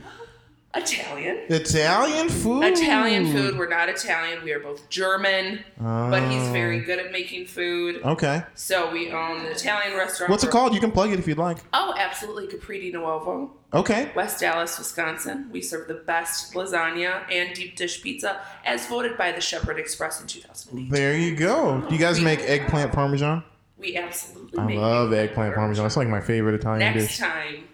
S4: Italian.
S2: Italian food.
S4: Italian food. We're not Italian. We are both German, but he's
S2: Oh.
S4: very good at making food.
S2: Okay.
S4: So we own an Italian restaurant.
S2: What's it
S4: We're-
S2: called? You can plug it if you'd like.
S4: Oh, absolutely. Capri di Nuovo,
S2: Okay.
S4: West Dallas, Wisconsin. We serve the best lasagna and deep dish pizza as voted by the Shepherd Express in 2008.
S2: There you go. Do you guys make eggplant parmesan?
S4: We absolutely
S2: I
S4: make
S2: love eggplant parmesan. It's like my favorite Italian
S4: Next
S2: dish.
S4: time,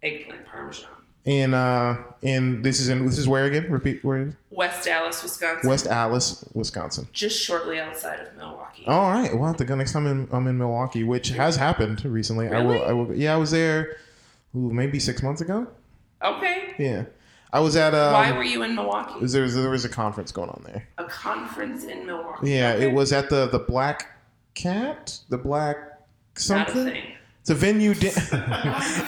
S4: eggplant parmesan.
S2: And uh, and this is in this is where again? Repeat where it is?
S4: West Dallas, Wisconsin.
S2: West Alice, Wisconsin.
S4: Just shortly outside of Milwaukee.
S2: All right, we'll have to go next time I'm, I'm in Milwaukee, which has happened recently. I will.
S4: Really?
S2: I will. Yeah, I was there. Ooh, maybe six months ago.
S4: Okay.
S2: Yeah, I was at. Um,
S4: Why were you in Milwaukee?
S2: there was there was a conference going on there.
S4: a conference in Milwaukee.
S2: Yeah,
S4: Okay.
S2: it was at the the Black Cat, the Black
S4: not a
S2: something.
S4: thing.
S2: It's a venue. da-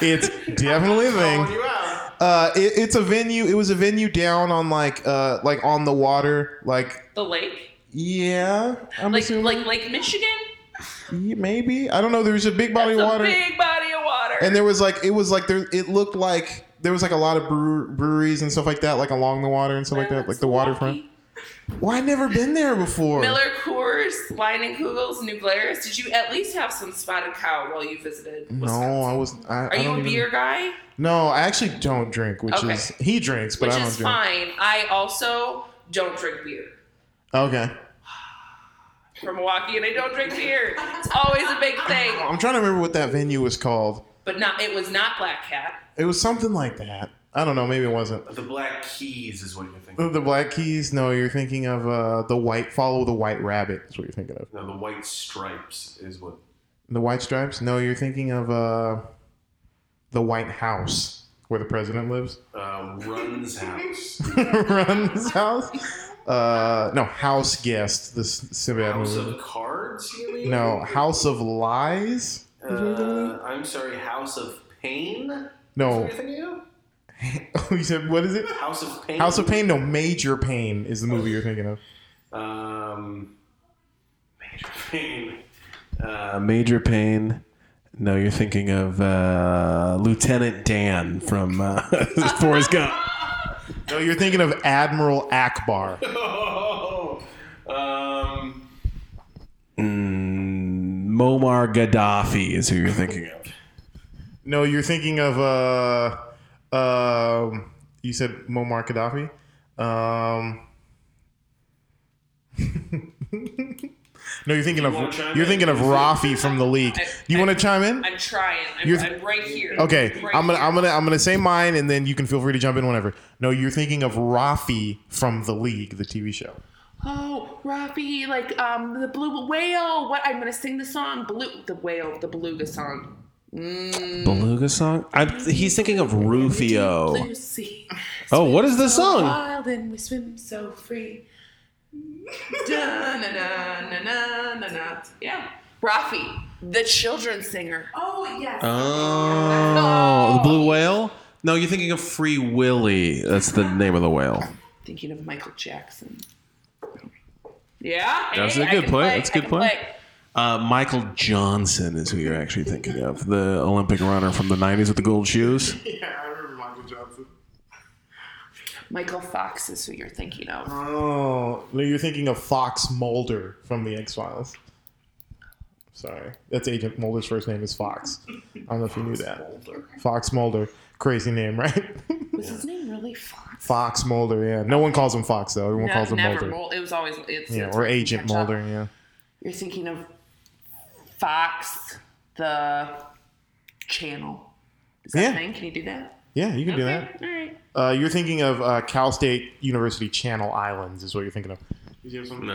S2: it's definitely a thing.
S1: calling you out.
S2: Uh, it, it's a venue. It was a venue down on like uh like on the water. Like
S4: The lake,
S2: yeah, I'm
S4: like
S2: assuming
S4: like Lake Michigan.
S2: yeah, maybe. I don't know. There was a big body
S4: That's
S2: of water.
S4: a big body of water.
S2: and there was like it was like there it looked like there was like a lot of brewer, breweries and stuff like that like along the water and stuff like that like the waterfront well i've never been there before
S4: Miller Coors, Lion and Kugels, New Glarus. Did you at least have some spotted cow while you visited? Wisconsin?
S2: no i was i,
S4: Are
S2: I
S4: you a
S2: don't even,
S4: beer guy?
S2: no i actually don't drink which
S4: Okay.
S2: is he drinks but
S4: Which
S2: i don't
S4: is
S2: drink
S4: fine. I also don't drink beer.
S2: okay
S4: From Milwaukee, and I don't drink beer. It's always a big thing.
S2: i'm trying to remember what that venue was called
S4: But not. It was not Black Cat.
S2: it was something like that i don't know maybe it wasn't
S1: The Black Keys is what you're thinking.
S2: the black keys no you're thinking of uh the white follow the white rabbit is what you're thinking of
S1: No, the White Stripes is what.
S2: The White Stripes? No, you're thinking of uh, the White House, where the president lives.
S1: Uh, runs house.
S2: Run's house. Uh, no, House Guest. The S- Sinbad
S1: house
S2: movie.
S1: of Cards, you mean?
S2: No, House of Lies.
S1: Uh, I'm sorry, House of Pain? Is what
S2: No,
S1: you're thinking of?
S2: Oh, you said what is it?
S1: House of Pain?
S2: House of Pain. No, Major Pain is the movie you're thinking of.
S1: Um, Major Pain. Uh, Major Pain. No, you're thinking of uh, Lieutenant Dan from uh, Forrest Gump.
S2: No, you're thinking of Admiral Akbar.
S1: Oh, um, mm, Muammar Gaddafi is who you're thinking of.
S2: No, you're thinking of uh, um, you said Muammar Gaddafi. Um, No, you're thinking
S4: You
S2: of
S4: wanna chime
S2: you're
S4: in?
S2: thinking of Rafi from the league.
S4: I-
S2: Do you
S4: I-
S2: want to chime in?
S4: I'm trying. I'm,
S2: You're-
S4: I'm right here.
S2: Okay,
S4: Right
S2: I'm gonna
S4: here.
S2: I'm gonna I'm gonna say mine, and then you can feel free to jump in whenever. No, you're thinking of Rafi from the league, the TV show.
S4: Oh, Robbie, like um the blue whale. What I'm gonna sing the song, blue the whale, the beluga song.
S1: Beluga song? I'm, he's thinking of Rufio.
S4: Blue sea,
S1: Oh, what is the
S4: so
S1: song?
S4: wild and we swim so free. da, na, na, na, na, na, na. Yeah, Rafi, the children's singer.
S3: Oh yes.
S1: Oh, the blue whale? No, you're thinking of Free Willy. That's the name of the whale.
S4: Thinking of Michael Jackson. Yeah,
S1: That's
S4: hey,
S1: a
S4: I
S1: good point.
S4: can play,
S1: That's a
S4: I
S1: good
S4: can
S1: point.
S4: play.
S1: Uh, Michael Johnson is who you're actually thinking of, the Olympic runner from the 90s with the gold shoes.
S5: Yeah, I remember Michael Johnson.
S4: Michael Fox is who you're thinking of.
S2: Oh, no, you're thinking of Fox Mulder from the X Files. Sorry, that's Agent Mulder's first name is Fox. I don't know if you knew that. Fox Mulder, crazy name, right?
S4: Was his name really Fox?
S2: Fox Mulder, yeah. No one calls him Fox though. Everyone calls him
S4: Uh, never.
S2: Mulder.
S4: Mul- It was always it's
S2: Yeah,
S4: it's-
S2: or Agent
S4: catch up.
S2: Mulder, yeah.
S4: You're thinking of Fox, the channel. Is that
S2: Yeah.
S4: a thing? Can you do that?
S2: Yeah, you can do that.
S4: All right.
S2: Uh, you're thinking of uh, Cal State University Channel Islands, is what you're thinking of.
S5: Did you have something?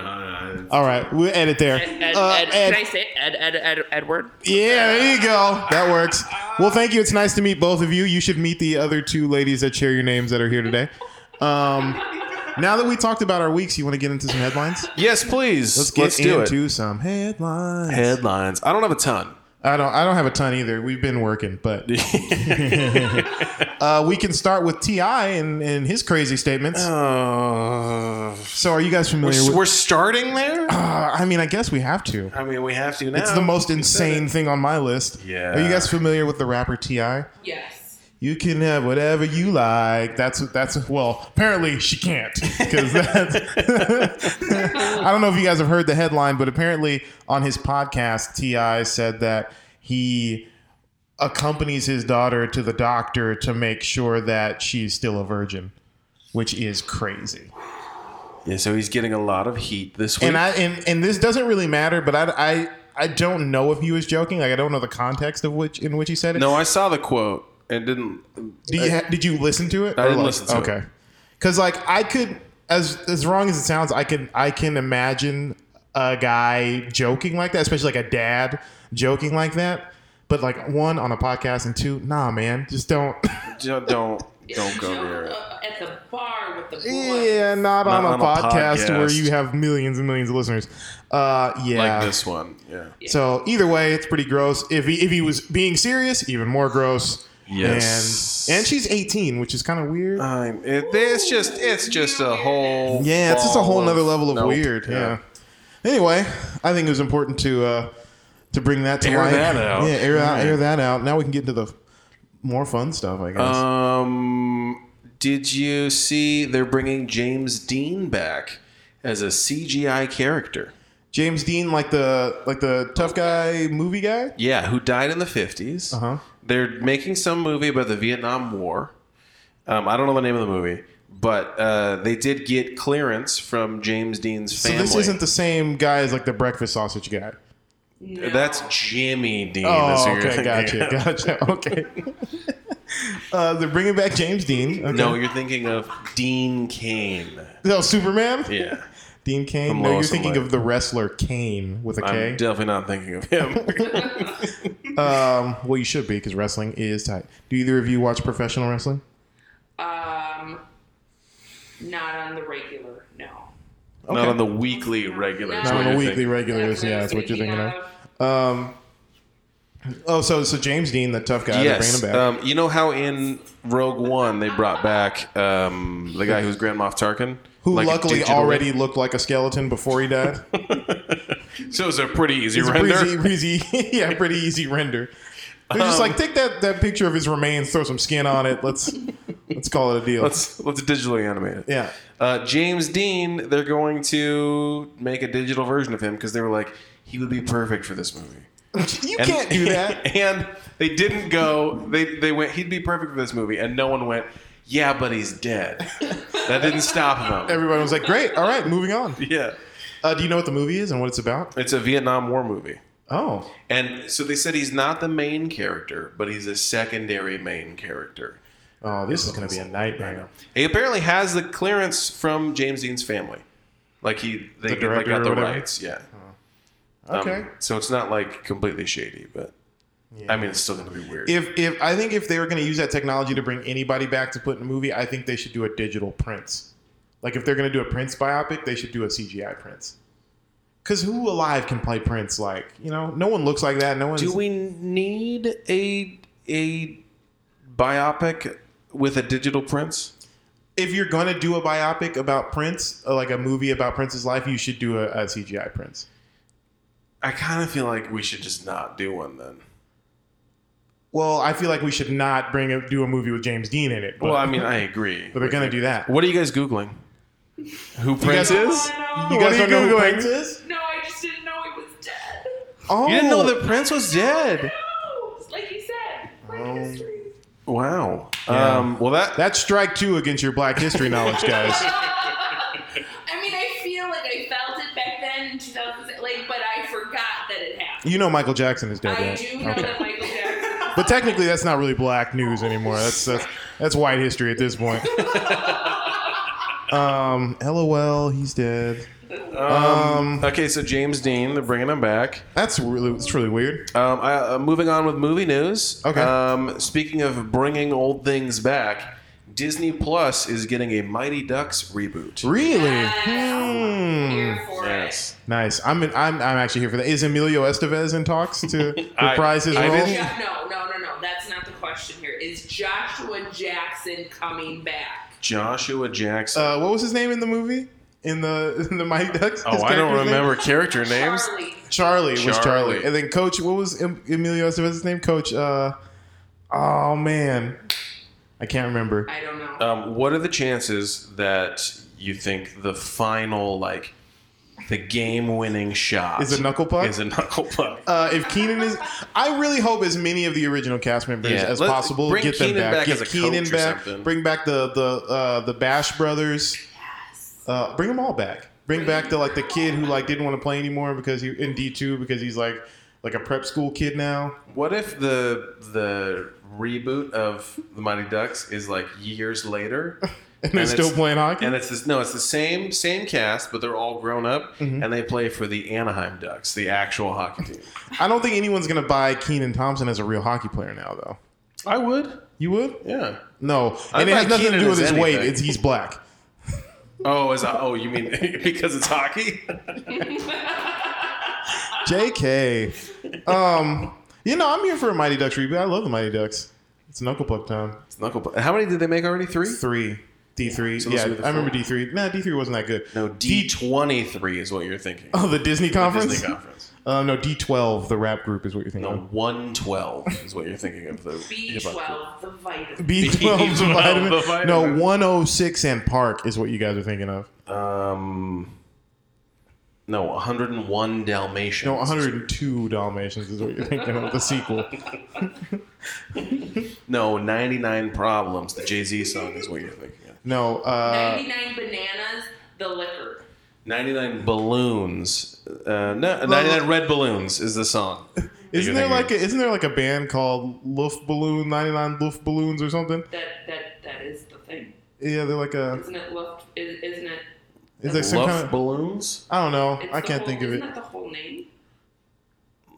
S2: All right, we'll edit there.
S4: Ed, Ed,
S2: Uh,
S4: Ed,
S2: Ed-
S4: Can I say it? Ed, Ed, Ed, Edward?
S2: yeah, there you go. That works. Well, thank you. It's nice to meet both of you. You should meet the other two ladies that share your names that are here today. Um, now that we talked about our weeks, you want to get into some headlines?
S1: Yes, please.
S2: Let's
S1: Let's,
S2: get
S1: do it.
S2: into some headlines.
S1: Headlines. I don't have a ton.
S2: I don't. I don't have a ton either. We've been working, but uh, we can start with Ti and, and his crazy statements.
S1: Uh,
S2: So, are you guys familiar
S1: we're,
S2: with?
S1: we're starting there?
S2: Uh, I mean, I guess we have to.
S1: I mean, we have to now.
S2: It's the most insane thing on my list.
S1: Yeah.
S2: Are you guys familiar with the rapper Ti?
S4: Yes.
S2: You can have whatever you like. That's that's well. Apparently she can't because that's. I don't know if you guys have heard the headline, but apparently on his podcast, Ti said that he accompanies his daughter to the doctor to make sure that she's still a virgin, which is crazy.
S1: Yeah, so he's getting a lot of heat this week.
S2: and I and, and this doesn't really matter, but I, I I don't know if he was joking. Like I don't know the context of which in which he said it.
S1: no, I saw the quote and didn't.
S2: Did you, ha- did you listen to it?
S1: Uh, I
S2: Or,
S1: didn't
S2: like-
S1: listen to it.
S2: Okay. Because like I could, as as wrong as it sounds, I can I can imagine a guy joking like that, especially like a dad joking like that. But like one on a podcast and two, nah, man, just don't.
S1: Don't don't, don't go near it.
S4: uh, At the bar with the boys.
S2: yeah, not, on, a,
S1: on a
S2: podcast, where
S1: podcast.
S2: you have millions and millions of listeners. Uh, yeah,
S1: Like this one. Yeah.
S2: So either way, it's pretty gross. If he if he was being serious, even more gross.
S1: Yes.
S2: And and she's 18, which is kind of weird.
S1: I'm, Um, it, it's just it's just a whole
S2: yeah, it's just a
S1: ball
S2: whole nother level of
S1: nope.
S2: weird. Yeah. Anyway, I think it was important to uh, to bring that to
S1: Air
S2: light.
S1: that out.
S2: Yeah, air out, air that out. Now we can get into the more fun stuff, I guess.
S1: Uh, Um, did you see they're bringing James Dean back as a CGI character?
S2: James Dean, like the like the tough guy movie guy.
S1: Yeah, who died in the 50s.
S2: Uh huh.
S1: They're making some movie about the Vietnam War. Um, I don't know the name of the movie, but uh, they did get clearance from James Dean's
S2: So
S1: family.
S2: this isn't the same guy as like the breakfast sausage guy.
S1: That's Jimmy Dean. is
S2: Oh,
S1: who you're
S2: okay,
S1: thinking
S2: gotcha,
S1: of.
S2: gotcha. Okay. uh, they're bringing back James Dean. Okay.
S1: No, you're thinking of Dean Kane.
S2: No, Superman?
S1: Yeah.
S2: Dean Kane?
S1: From
S2: no, you're
S1: Lois and
S2: thinking
S1: Lane.
S2: of the wrestler Kane with a K.
S1: I'm definitely not thinking of him.
S2: um, well, you should be because wrestling is tight. Do either of you watch professional wrestling?
S4: Um, not on the regular, no.
S1: Not on the weekly regular. is
S4: Not
S1: what
S2: on the
S1: you're
S2: weekly
S1: thinking.
S2: regulars. Yeah, that's what you're thinking of. Um, oh, so so James Dean, the tough guy,
S1: Yes.
S2: they're bringing him back.
S1: Um, you know how in Rogue One they brought back um, the guy who was Grand Moff Tarkin?
S2: who
S1: Like a
S2: luckily
S1: digital-
S2: already looked like a skeleton before he died.
S1: So it's a pretty easy
S2: It's a
S1: render.
S2: Pretty, pretty, yeah, pretty easy render. They're just
S1: Um,
S2: like take that, that picture of his remains, throw some skin on it. Let's let's call it a deal.
S1: Let's let's digitally animate it.
S2: yeah.
S1: Uh, James Dean, they're going to make a digital version of him because they were like, he would be perfect for this movie.
S2: You
S1: And-
S2: can't do that.
S1: and they didn't go. They they went. He'd be perfect for this movie, and no one went. Yeah, but he's dead. that didn't stop them.
S2: Everyone was like, "Great, all right, moving on."
S1: Yeah.
S2: Uh, do you know what the movie is and what it's about?
S1: It's a Vietnam War movie.
S2: Oh,
S1: And so they said he's not the main character, but he's a secondary main character.
S2: oh, this is gonna be a nightmare.
S1: He apparently has the clearance from James Dean's family. Like he they get-
S2: The
S1: like,
S2: director
S1: got
S2: or
S1: the
S2: whatever?
S1: rights, yeah. Um,
S2: Okay.
S1: so it's not like completely shady, but I mean it's still gonna be weird.
S2: if if I think if they were going to use that technology to bring anybody back to put in a movie, I think they should do a digital Prince. Like if they're going to do a Prince biopic, they should do a CGI Prince. Because who alive can play Prince? Like you know, no one looks like that. No one.
S1: Do we need a a biopic with a digital prince?
S2: If you're going to do a biopic about Prince, uh, like a movie about Prince's life, you should do a, a CGI Prince.
S1: I kind of feel like we should just not do one then.
S2: Well, I feel like we should not bring a, do a movie with James Dean in it. But,
S1: Well, I mean, I agree.
S2: but they're going to do that.
S1: What are you guys googling? Who Prince
S2: guys-
S1: is?
S3: Oh,
S2: You
S1: What
S2: guys
S1: are you
S2: don't know who
S1: Googling?
S2: Prince is?
S3: no. no, I just didn't know he was dead.
S2: Oh,
S1: You didn't know that Prince was dead.
S3: No, like he said, my
S2: Oh.
S3: history.
S1: Wow.
S2: Yeah.
S1: Um, well, that,
S2: That's strike two against your Black History knowledge, guys.
S4: I mean, I feel like I felt it back then in 2000, like, but I forgot that it happened.
S2: You know Michael Jackson is dead.
S4: I
S2: right?
S4: do know that Michael Jackson.
S2: But technically, that's not really black news anymore. That's that's, that's white history at this point. um, LOL, he's dead. Um,
S1: okay. So James Dean, they're bringing him back.
S2: that's really it's really weird.
S1: Um, I, uh, moving on with movie news.
S2: Okay.
S1: Um, speaking of bringing old things back, Disney Plus is getting a Mighty Ducks reboot.
S2: Really?
S4: Yes.
S2: Hmm.
S4: Here for
S1: Yes.
S2: Nice. I'm in, I'm I'm actually here for that. Is Emilio Estevez in talks to
S1: I-
S2: reprise his
S1: I
S2: role?
S4: it.
S1: didn't-
S4: Jo- no, no, no, no. That's not the question here. Is Joshua Jackson coming back?
S1: Joshua Jackson.
S2: Uh, what was his name in the movie? In the in the Mighty Ducks?
S1: oh,
S2: His
S1: I don't
S2: character's name?
S1: remember character names.
S4: Charlie.
S2: Charlie was Charlie.
S1: Charlie.
S2: And then Coach, what was em- Emilio Estevez's name? Coach, uh, oh man, I can't remember.
S4: I
S2: Uh,
S4: don't know.
S1: Um, what are the chances that you think the final, like, the game-winning shot
S2: Is it knuckle puck?
S1: Is a knuckle puck?
S2: Uh, if Keenan is, I really hope as many of the original cast members
S1: Yeah,
S2: as
S1: let-
S2: possible
S1: bring
S2: get them
S1: Keenan
S2: back.
S1: back
S2: get
S1: as a
S2: Keenan
S1: coach or
S2: back.
S1: something.
S2: Bring back the the uh, the Bash brothers. Uh, bring them all back. Bring back the like the kid who like didn't want to play anymore because he in D two because he's like like a prep school kid now.
S1: What if the the reboot of the Mighty Ducks is like years later,
S2: And they're
S1: And
S2: still
S1: it's-
S2: playing hockey.
S1: and it's this no, it's the same same cast, but they're all grown up,
S2: Mm-hmm.
S1: and they play for the Anaheim Ducks, the actual hockey team.
S2: I don't think anyone's gonna buy Keenan Thompson as a real hockey player now though.
S1: I would,
S2: You would?
S1: yeah.
S2: No,
S1: I'd
S2: and it
S1: buy
S2: has nothing
S1: Keenan
S2: to do with
S1: as
S2: his weight.
S1: anything.
S2: It's he's black.
S1: Oh, is I, oh, you mean because it's hockey?
S2: Jk. Um, you know I'm here for a Mighty Ducks reboot. I love the Mighty Ducks. It's knuckle puck time.
S1: It's knuckle. puck. How many did they make already? Three.
S2: Three. D three.
S1: so
S2: yeah,
S1: those are the
S2: I remember
S1: four.
S2: D three. Nah, D three wasn't that good.
S1: No, D twenty three is what you're thinking.
S2: Oh, the Disney conference.
S1: Disney conference.
S2: Uh, no, D twelve. The rap group is what you're thinking.
S1: No,
S2: of.
S1: one twelve is what you're thinking of. The hip-hop
S4: B12, the vitamin.
S2: B twelve.
S1: B12,
S2: vitamin.
S1: the vitamin.
S2: No, one oh six and Park is what you guys are thinking of.
S1: group. Um. No, 101 Dalmatians.
S2: No, 102 Dalmatians is what you're thinking of. The sequel.
S1: No, 99 Problems, the Jay Z song is what you're thinking of.
S2: No, uh,
S4: 99 bananas, the liquor.
S1: 99 Balloons. Uh, no, 99 Red Balloons is the song. that you're
S2: isn't there
S1: thinking
S2: like
S1: of.
S2: a, isn't there like a band called Luft Balloon 99 Luft Balloons or something?
S4: That that that is the thing,
S2: Yeah, they're like a
S4: isn't it? Left, is, isn't it?
S2: it's like some
S1: Luff
S2: kind of
S1: Balloons?
S2: I don't know.
S4: it's
S2: I
S4: the
S2: can't
S4: whole-
S2: think of
S4: isn't
S2: it.
S4: that the whole name?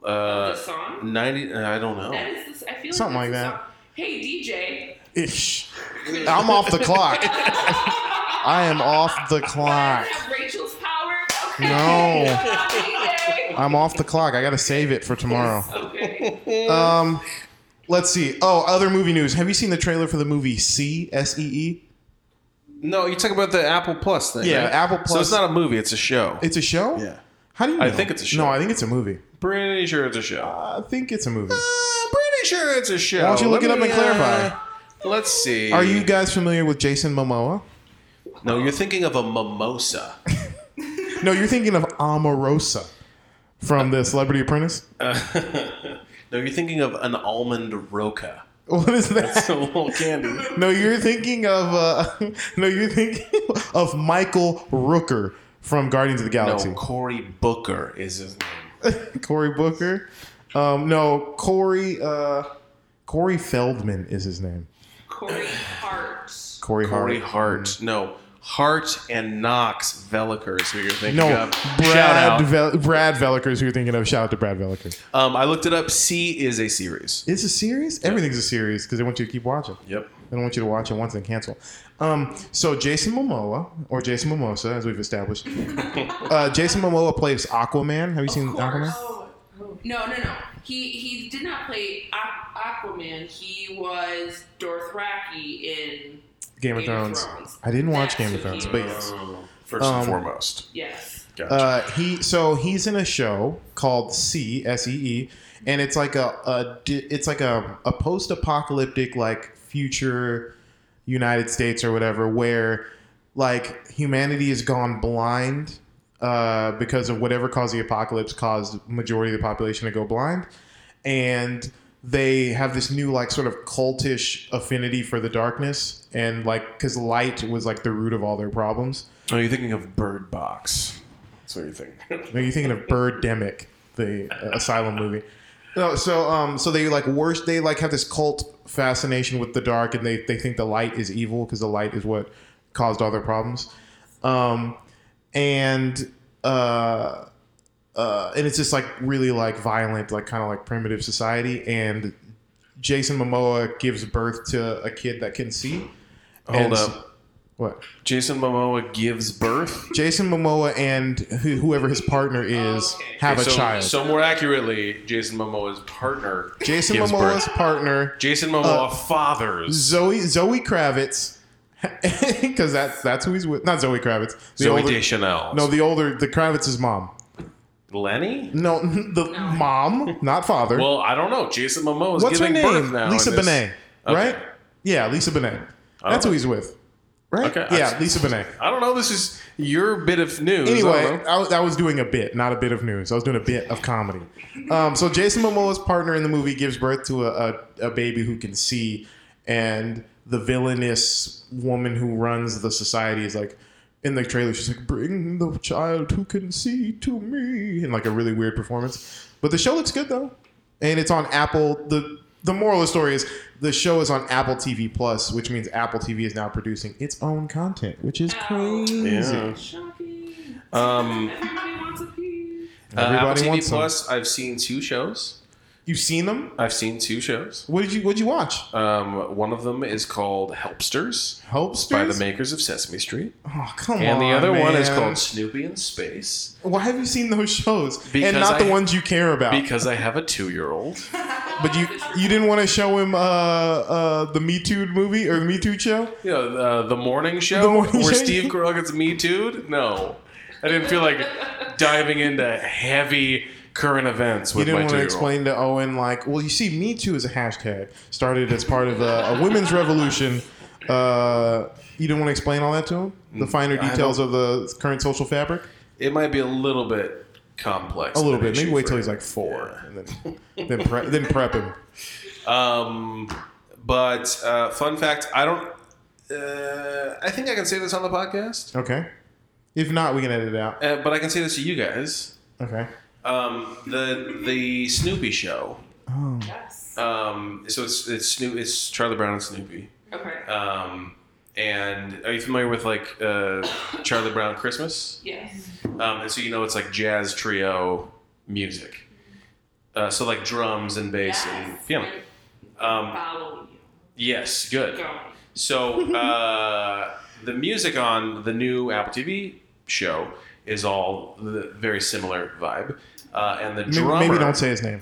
S1: Uh,
S4: the song?
S1: 90, I don't
S4: That
S1: know.
S4: is. This, I feel
S2: Something like
S4: like, that's
S2: that.
S4: the song. Hey DJ,
S2: Ish. I'm off the clock. I am off the
S4: I
S2: clock.
S4: have Rachel's power. Okay.
S2: No.
S4: Come on,
S2: I'm off the clock. I gotta save it for tomorrow.
S4: DJ. Okay.
S2: Um, let's see. Oh, other movie news. Have you seen the trailer for the movie C S E E?
S1: No, you talk about the Apple Plus thing.
S2: Yeah,
S1: right?
S2: Apple
S1: So
S2: Plus-
S1: it's not a movie, it's a show.
S2: It's a show.
S1: yeah.
S2: How do you? Know?
S1: I think it's a show.
S2: No, I think it's a movie.
S1: Pretty sure it's a show.
S2: I think it's a movie.
S1: Uh, pretty sure it's a show.
S2: Why don't you look
S1: Let uh,
S2: it up and clarify?
S1: let's see.
S2: Are you guys familiar with Jason Momoa?
S1: No, you're thinking of a mimosa.
S2: No, you're thinking of Amorosa from the Celebrity Apprentice.
S1: no, you're thinking of an almond roca.
S2: What is that?
S1: It's a little candy.
S2: No, you're thinking of uh, no, you're thinking of Michael Rooker from Guardians of the
S1: No,
S2: Galaxy.
S1: Cory Booker is his name.
S2: Cory Booker. Um, no, Corey. Uh, Corey Feldman is his name.
S4: Corey Hart.
S2: Corey Hart.
S1: Corey Hart. No, Hart and Knox Veliker is who you're thinking
S2: No,
S1: of. Shout
S2: Brad.
S1: out.
S2: Vel- Brad Veliker is who you're thinking of. Shout out to Brad Veliker.
S1: Um, I looked it up. C is a series.
S2: It's a series. Everything's a series because they want you to keep watching.
S1: Yep.
S2: They don't want you to watch it once and cancel. Um, so Jason Momoa or Jason Mimosa, as we've established, uh, Jason Momoa plays Aquaman. Have you seen
S4: Of course.
S2: Aquaman?
S4: No, no, no. He he did not play Aqu- Aquaman. He was Dothraki in
S2: Game of Thrones. I didn't watch
S4: That's
S2: Game of
S4: who
S2: Thrones,
S4: he
S2: but
S4: is.
S2: yes.
S1: First
S2: Um,
S1: and foremost.
S4: Yes.
S1: Gotcha.
S2: Uh, he so he's in a show called C S E E, and it's like a, a di- it's like a, a post apocalyptic like future United States or whatever where like humanity has gone blind uh, because of whatever caused the apocalypse caused majority of the population to go blind, and they have this new like sort of cultish affinity for the darkness and like because light was like the root of all their problems.
S1: oh, you're thinking of Bird Box. That's what you're thinking.
S2: No, you're thinking of Birdemic, the uh, Asylum movie. No, so um, so they like worst. They like have this cult fascination with the dark, and they they think the light is evil because the light is what caused all their problems. Um, and uh, uh, and it's just like really like violent, like kind of like primitive society. And Jason Momoa gives birth to a kid that can see.
S1: Hold
S2: And-
S1: up.
S2: What?
S1: Jason Momoa gives birth.
S2: Jason Momoa and who whoever his partner is
S4: Okay.
S2: have a
S1: so,
S2: child.
S1: So more accurately, Jason Momoa's partner.
S2: Jason
S1: gives
S2: Momoa's
S1: birth.
S2: partner,
S1: Jason
S2: Uh,
S1: Momoa fathers.
S2: Zoe Zoe Kravitz, because that's that's who he's with. Not Zoe Kravitz. The
S1: Zoe
S2: older,
S1: Deschanel.
S2: No, the older the Kravitz's mom.
S1: Lenny?
S2: No, the mom, not father.
S1: Well, I don't know. Jason Momoa is
S2: What's her
S1: giving
S2: name?
S1: birth now.
S2: Lisa
S1: in this-
S2: Bonet,
S1: Okay.
S2: right? Yeah, Lisa
S1: I
S2: Bonet.
S1: don't
S2: That's who
S1: know.
S2: he's with, right?
S1: Okay, I
S2: Yeah,
S1: just-
S2: Lisa Bonet.
S1: I don't know. This is your bit of news. I don't
S2: Anyway,
S1: know.
S2: I, was- I was doing a bit, not a bit of news. I was doing a bit of comedy. Um, so Jason Momoa's partner in the movie gives birth to a, a, a baby who can see, and the villainous woman who runs the society is like, in the trailer, she's like, "Bring the child who can see to me," in like a really weird performance. But the show looks good though, and it's on Apple. the The moral of the story is the show is on Apple TV Plus, which means Apple TV is now producing its own content, which is crazy.
S1: Yeah.
S4: Shocking.
S2: Mm.
S1: Um,
S4: Everybody wants a piece.
S1: uh, Apple
S2: Everybody
S1: TV
S2: wants some.
S1: Plus. I've seen two shows.
S2: You've seen them?
S1: I've seen two shows.
S2: What did you What did you watch?
S1: Um, one of them is called Helpsters
S2: Helpsters.
S1: by the makers of Sesame Street,
S2: Oh come
S1: and
S2: on!
S1: the other one is
S2: man.
S1: called Snoopy in Space
S2: Why have you seen those shows
S1: Because
S2: and not the
S1: I-
S2: ones you care about?
S1: because I have a two-year-old.
S2: but you you didn't want to show him uh, uh, the Me Too movie or the Me Too show.
S1: You know, uh, the morning show
S2: The morning
S1: where
S2: show.
S1: Steve Carell gets me too. No, I didn't feel like diving into heavy current events
S2: You
S1: with
S2: didn't
S1: my
S2: want to
S1: two-year-old.
S2: explain to Owen like, well, you see, Me Too is a hashtag started as part of a, a women's revolution. Uh, you didn't want to explain all that to him. The finer
S1: Mm, I
S2: details of the current social fabric.
S1: It might be a little bit complex.
S2: A little
S1: of an
S2: bit. Maybe
S1: issue
S2: wait
S1: for
S2: till
S1: him.
S2: he's like four, and then then, pre- then prep him.
S1: Um, but uh, fun fact, I don't. Uh, I think I can say this on the podcast,
S2: Okay. If not, we can edit it out.
S1: uh, but I can say this to you guys.
S2: Okay.
S1: Um, the the Snoopy show.
S2: Oh.
S4: Yes.
S1: Um, so it's it's Snoop, it's Charlie Brown and Snoopy.
S4: Okay.
S1: Um, and are you familiar with like uh, Charlie Brown Christmas?
S4: Yes.
S1: Um, and so you know it's like jazz trio music. Uh, so like drums and bass and piano. Um,
S4: Follow you.
S1: yes, good.
S4: Go.
S1: So uh, the music on the new Apple TV show is all the very similar vibe, uh, and the
S2: Maybe,
S1: drummer.
S2: maybe don't say his name.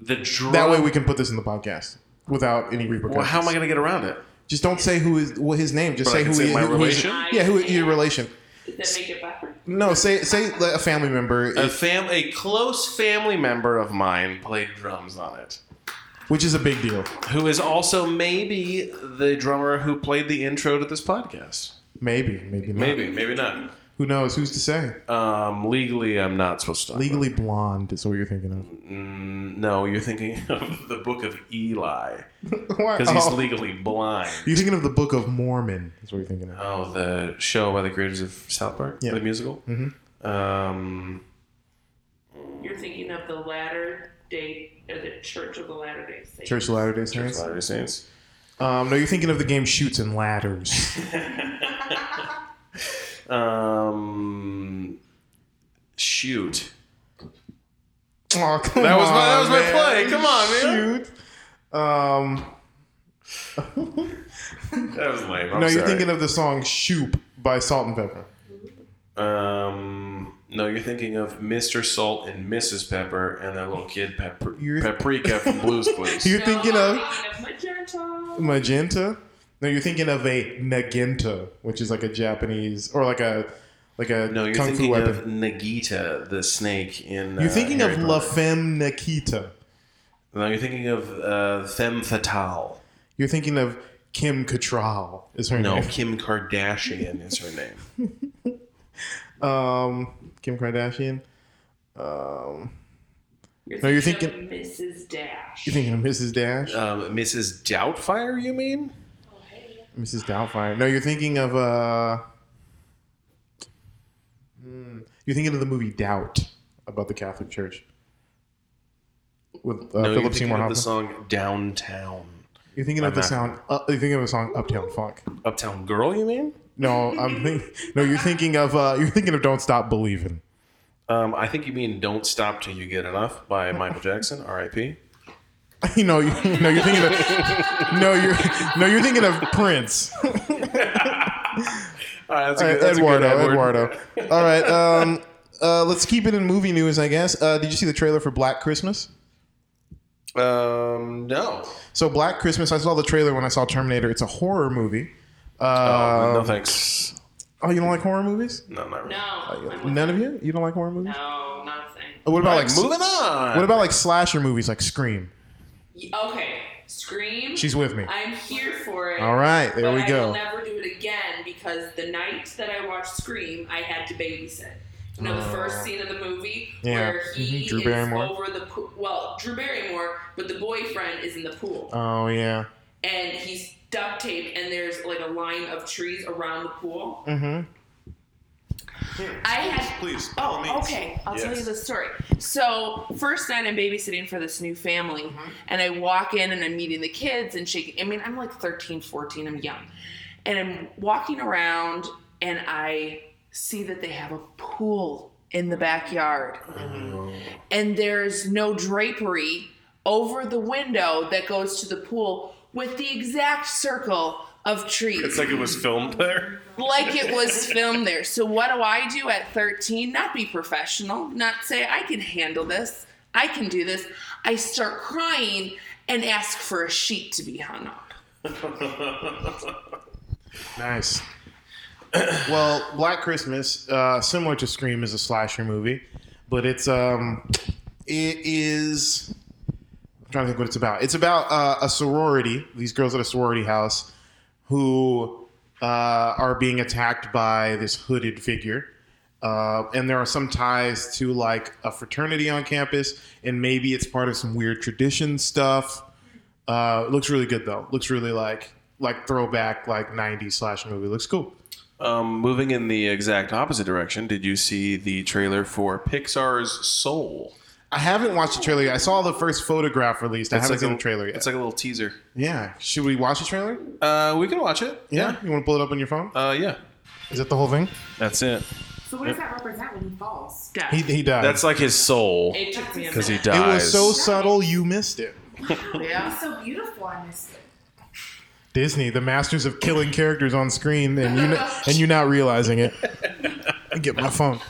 S1: the drum.
S2: That way we can put this in the podcast without any repercussions.
S1: Well, how am I going to get around it?
S2: Just don't say who is what his name. Just
S1: But I
S2: say
S1: can
S2: who
S1: say
S2: he-
S1: my
S2: who his-
S1: relation?
S2: yeah, who your relation?
S4: Does that make it better?
S2: No, say say like a family member,
S1: A
S2: if-
S1: fam, a close family member of mine played drums on it,
S2: which is a big deal.
S1: who is also maybe the drummer who played the intro to this podcast.
S2: Maybe, maybe not.
S1: Maybe, maybe not.
S2: Who knows? Who's to say?
S1: Um, legally, I'm not supposed to. Talk
S2: Legally blonde is what you're thinking of.
S1: about it. Mm, no, you're thinking of the Book of Eli
S2: Why-
S1: because he's
S2: oh.
S1: legally blind.
S2: You're thinking of the Book of Mormon is what you're thinking of.
S1: Oh, the show by the creators of South Park,
S2: Yeah.
S1: the musical. Mm-hmm. Um,
S4: You're thinking of the latter day, or the Church of the Latter Day Saints.
S2: Church of Latter Day Saints.
S1: Latter-day Saints.
S2: Um, no, you're thinking of the game Shoots and Ladders.
S1: Um, shoot.
S2: Oh, come
S1: That was my- that
S2: on,
S1: was my
S2: man. Um,
S1: play. Come on,
S2: man. Shoot. Um,
S1: That was lame. I'm
S2: no, you're
S1: sorry.
S2: thinking of the song "Shoop" by Salt and Pepper.
S1: Um, no, you're thinking of Mr. Salt and Mrs. Pepper and that little kid Pepper,
S2: You're-
S1: Paprika from Blues Clues.
S2: You're thinking of
S4: Magenta.
S2: magenta. No, you're thinking of a nagenta, which is like a Japanese or like a like a
S1: No, you're
S2: kung fu
S1: thinking
S2: weapon.
S1: of Nagita, the snake in.
S2: you're
S1: uh,
S2: thinking
S1: Harry
S2: of
S1: Potter.
S2: La Femme Nikita.
S1: No, you're thinking of uh, Femme Fatale.
S2: You're thinking of Kim Cattrall is her
S1: No,
S2: name.
S1: Kim Kardashian is her name.
S2: Um, Kim Kardashian. Um, No, you're
S4: of Mrs. Dash.
S2: you're thinking of Mrs. Dash,
S1: Um, Mrs. Doubtfire, you mean?
S2: Mrs. Doubtfire. No, you're thinking of uh. hmm, you're thinking of the movie Doubt about the Catholic Church. With uh,
S1: no, you're
S2: Philip
S1: thinking
S2: Seymour
S1: of the
S2: Hoffman.
S1: song Downtown.
S2: You're thinking of
S1: I'm
S2: the
S1: not.
S2: sound. Uh, you're thinking of the song "Uptown Funk."
S1: Uptown Girl, you mean?
S2: No, I'm think, No, you're thinking of. Uh, you're thinking of "Don't Stop Believing."
S1: Um, I think you mean Don't Stop Till You Get Enough by Michael Jackson, R.I.P.
S2: You know. You, no, you're thinking of. no, you're. No, you're thinking of Prince.
S1: All right, that's a
S2: All
S1: good,
S2: right,
S1: that's a good
S2: Uh, Eduardo.
S1: Edward.
S2: Eduardo. All right. Um, uh, let's keep it in movie news, I guess. Uh, did you see the trailer for Black Christmas?
S1: Um, no.
S2: So Black Christmas. I saw the trailer when I saw Terminator. It's a horror movie.
S1: Oh, no
S2: Uh,
S1: thanks.
S2: oh, you don't like horror movies?
S1: No, not really.
S4: No. I'm
S2: Oh, None of you. You don't like horror movies.
S4: No, not a thing.
S2: Uh, What about
S1: All
S2: like?
S1: right,
S2: s-
S1: moving on.
S2: What about like slasher movies like Scream?
S4: Okay, Scream.
S2: She's with me.
S4: I'm here for it.
S2: All right, there
S4: but
S2: we
S4: I
S2: go.
S4: will never do it again because the night that I watched Scream, I had to babysit. You know, the first scene of the movie
S2: Oh. Yeah.
S4: where he
S2: Mhm, Drew
S4: is
S2: Barrymore.
S4: over the pool. Well, Drew Barrymore, but the boyfriend is in the pool.
S2: Oh yeah.
S4: and he's duct taped, and there's like a line of trees around the pool.
S2: Mm-hmm.
S4: I had
S1: Please. by all means.
S4: Oh, okay. I'll tell
S1: Yes.
S4: you the story. So, first night I'm babysitting for this new family, and I walk in and I'm meeting the kids and shaking. I mean, I'm like 13, 14, I'm young. And I'm walking around and I see that they have a pool in the backyard, and there's no drapery over the window that goes to the pool with the exact circle of trees
S1: It's like it was filmed there.
S4: like it was filmed there. So what do I do at 13? Not be professional, not say I can handle this. I can do this. I start crying and ask for a sheet to be hung up.
S2: Nice. well, Black Christmas, uh, similar to Scream, is a slasher movie, but it's um, it is. I'm trying to think what it's about. It's about uh, a sorority. These girls at a sorority house who uh, are being attacked by this hooded figure. Uh, and there are some ties to like a fraternity on campus, and maybe it's part of some weird tradition stuff. Uh, it looks really good though. Looks really like like throwback like '90s slash movie. Looks cool.
S1: Um, moving in the exact opposite direction, did you see the trailer for Pixar's Soul?
S2: I haven't watched the trailer. yet. I saw the first photograph released. I haven't seen the trailer yet.
S1: It's like a little teaser.
S2: yeah, should we watch the trailer?
S1: Uh, we can watch it.
S2: you want to pull it up on your phone?
S1: Uh, yeah.
S2: Is that the whole thing?
S1: That's it.
S3: So what does that represent when he falls?
S4: Dad,
S2: He he died.
S1: That's like his soul
S4: it took me a
S1: because he
S4: minute.
S2: it
S1: dies.
S2: was so subtle you missed it.
S3: It
S2: Oh,
S4: Yeah.
S3: was so beautiful. I missed it.
S2: Disney, the masters of killing characters on screen, and you and you not realizing it. I get my phone.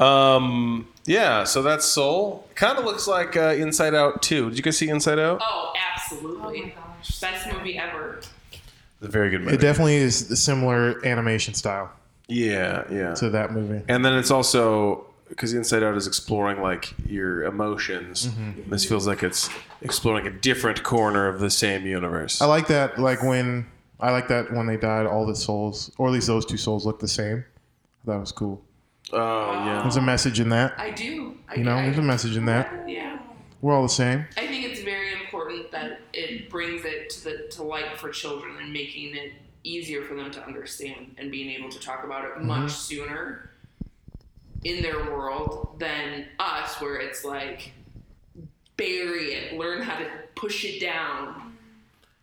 S1: Um, yeah, so that's Soul. Kind of looks like uh, Inside Out 2. Did you guys see Inside Out?
S4: Oh,
S3: Oh my
S4: absolutely.
S3: gosh.
S4: Best movie ever.
S1: It's a very good movie.
S2: It definitely is the similar animation style
S1: yeah, yeah.
S2: to that movie.
S1: and then it's also because Inside Out is exploring like your emotions. This feels like it's exploring a different corner of the same universe.
S2: I like that. Like when I like that when they died, all the souls, or at least those two souls, look the same. I that was cool.
S1: Oh yeah.
S2: There's a message in that.
S4: I do. I,
S2: You know,
S4: I,
S2: there's a message in that.
S4: Yeah.
S2: We're all the same.
S4: I think it's very important that it brings it to the to light for children and making it easier for them to understand and being able to talk about it
S1: Mm-hmm.
S4: much sooner in their world than us where it's like bury it, learn how to push it down.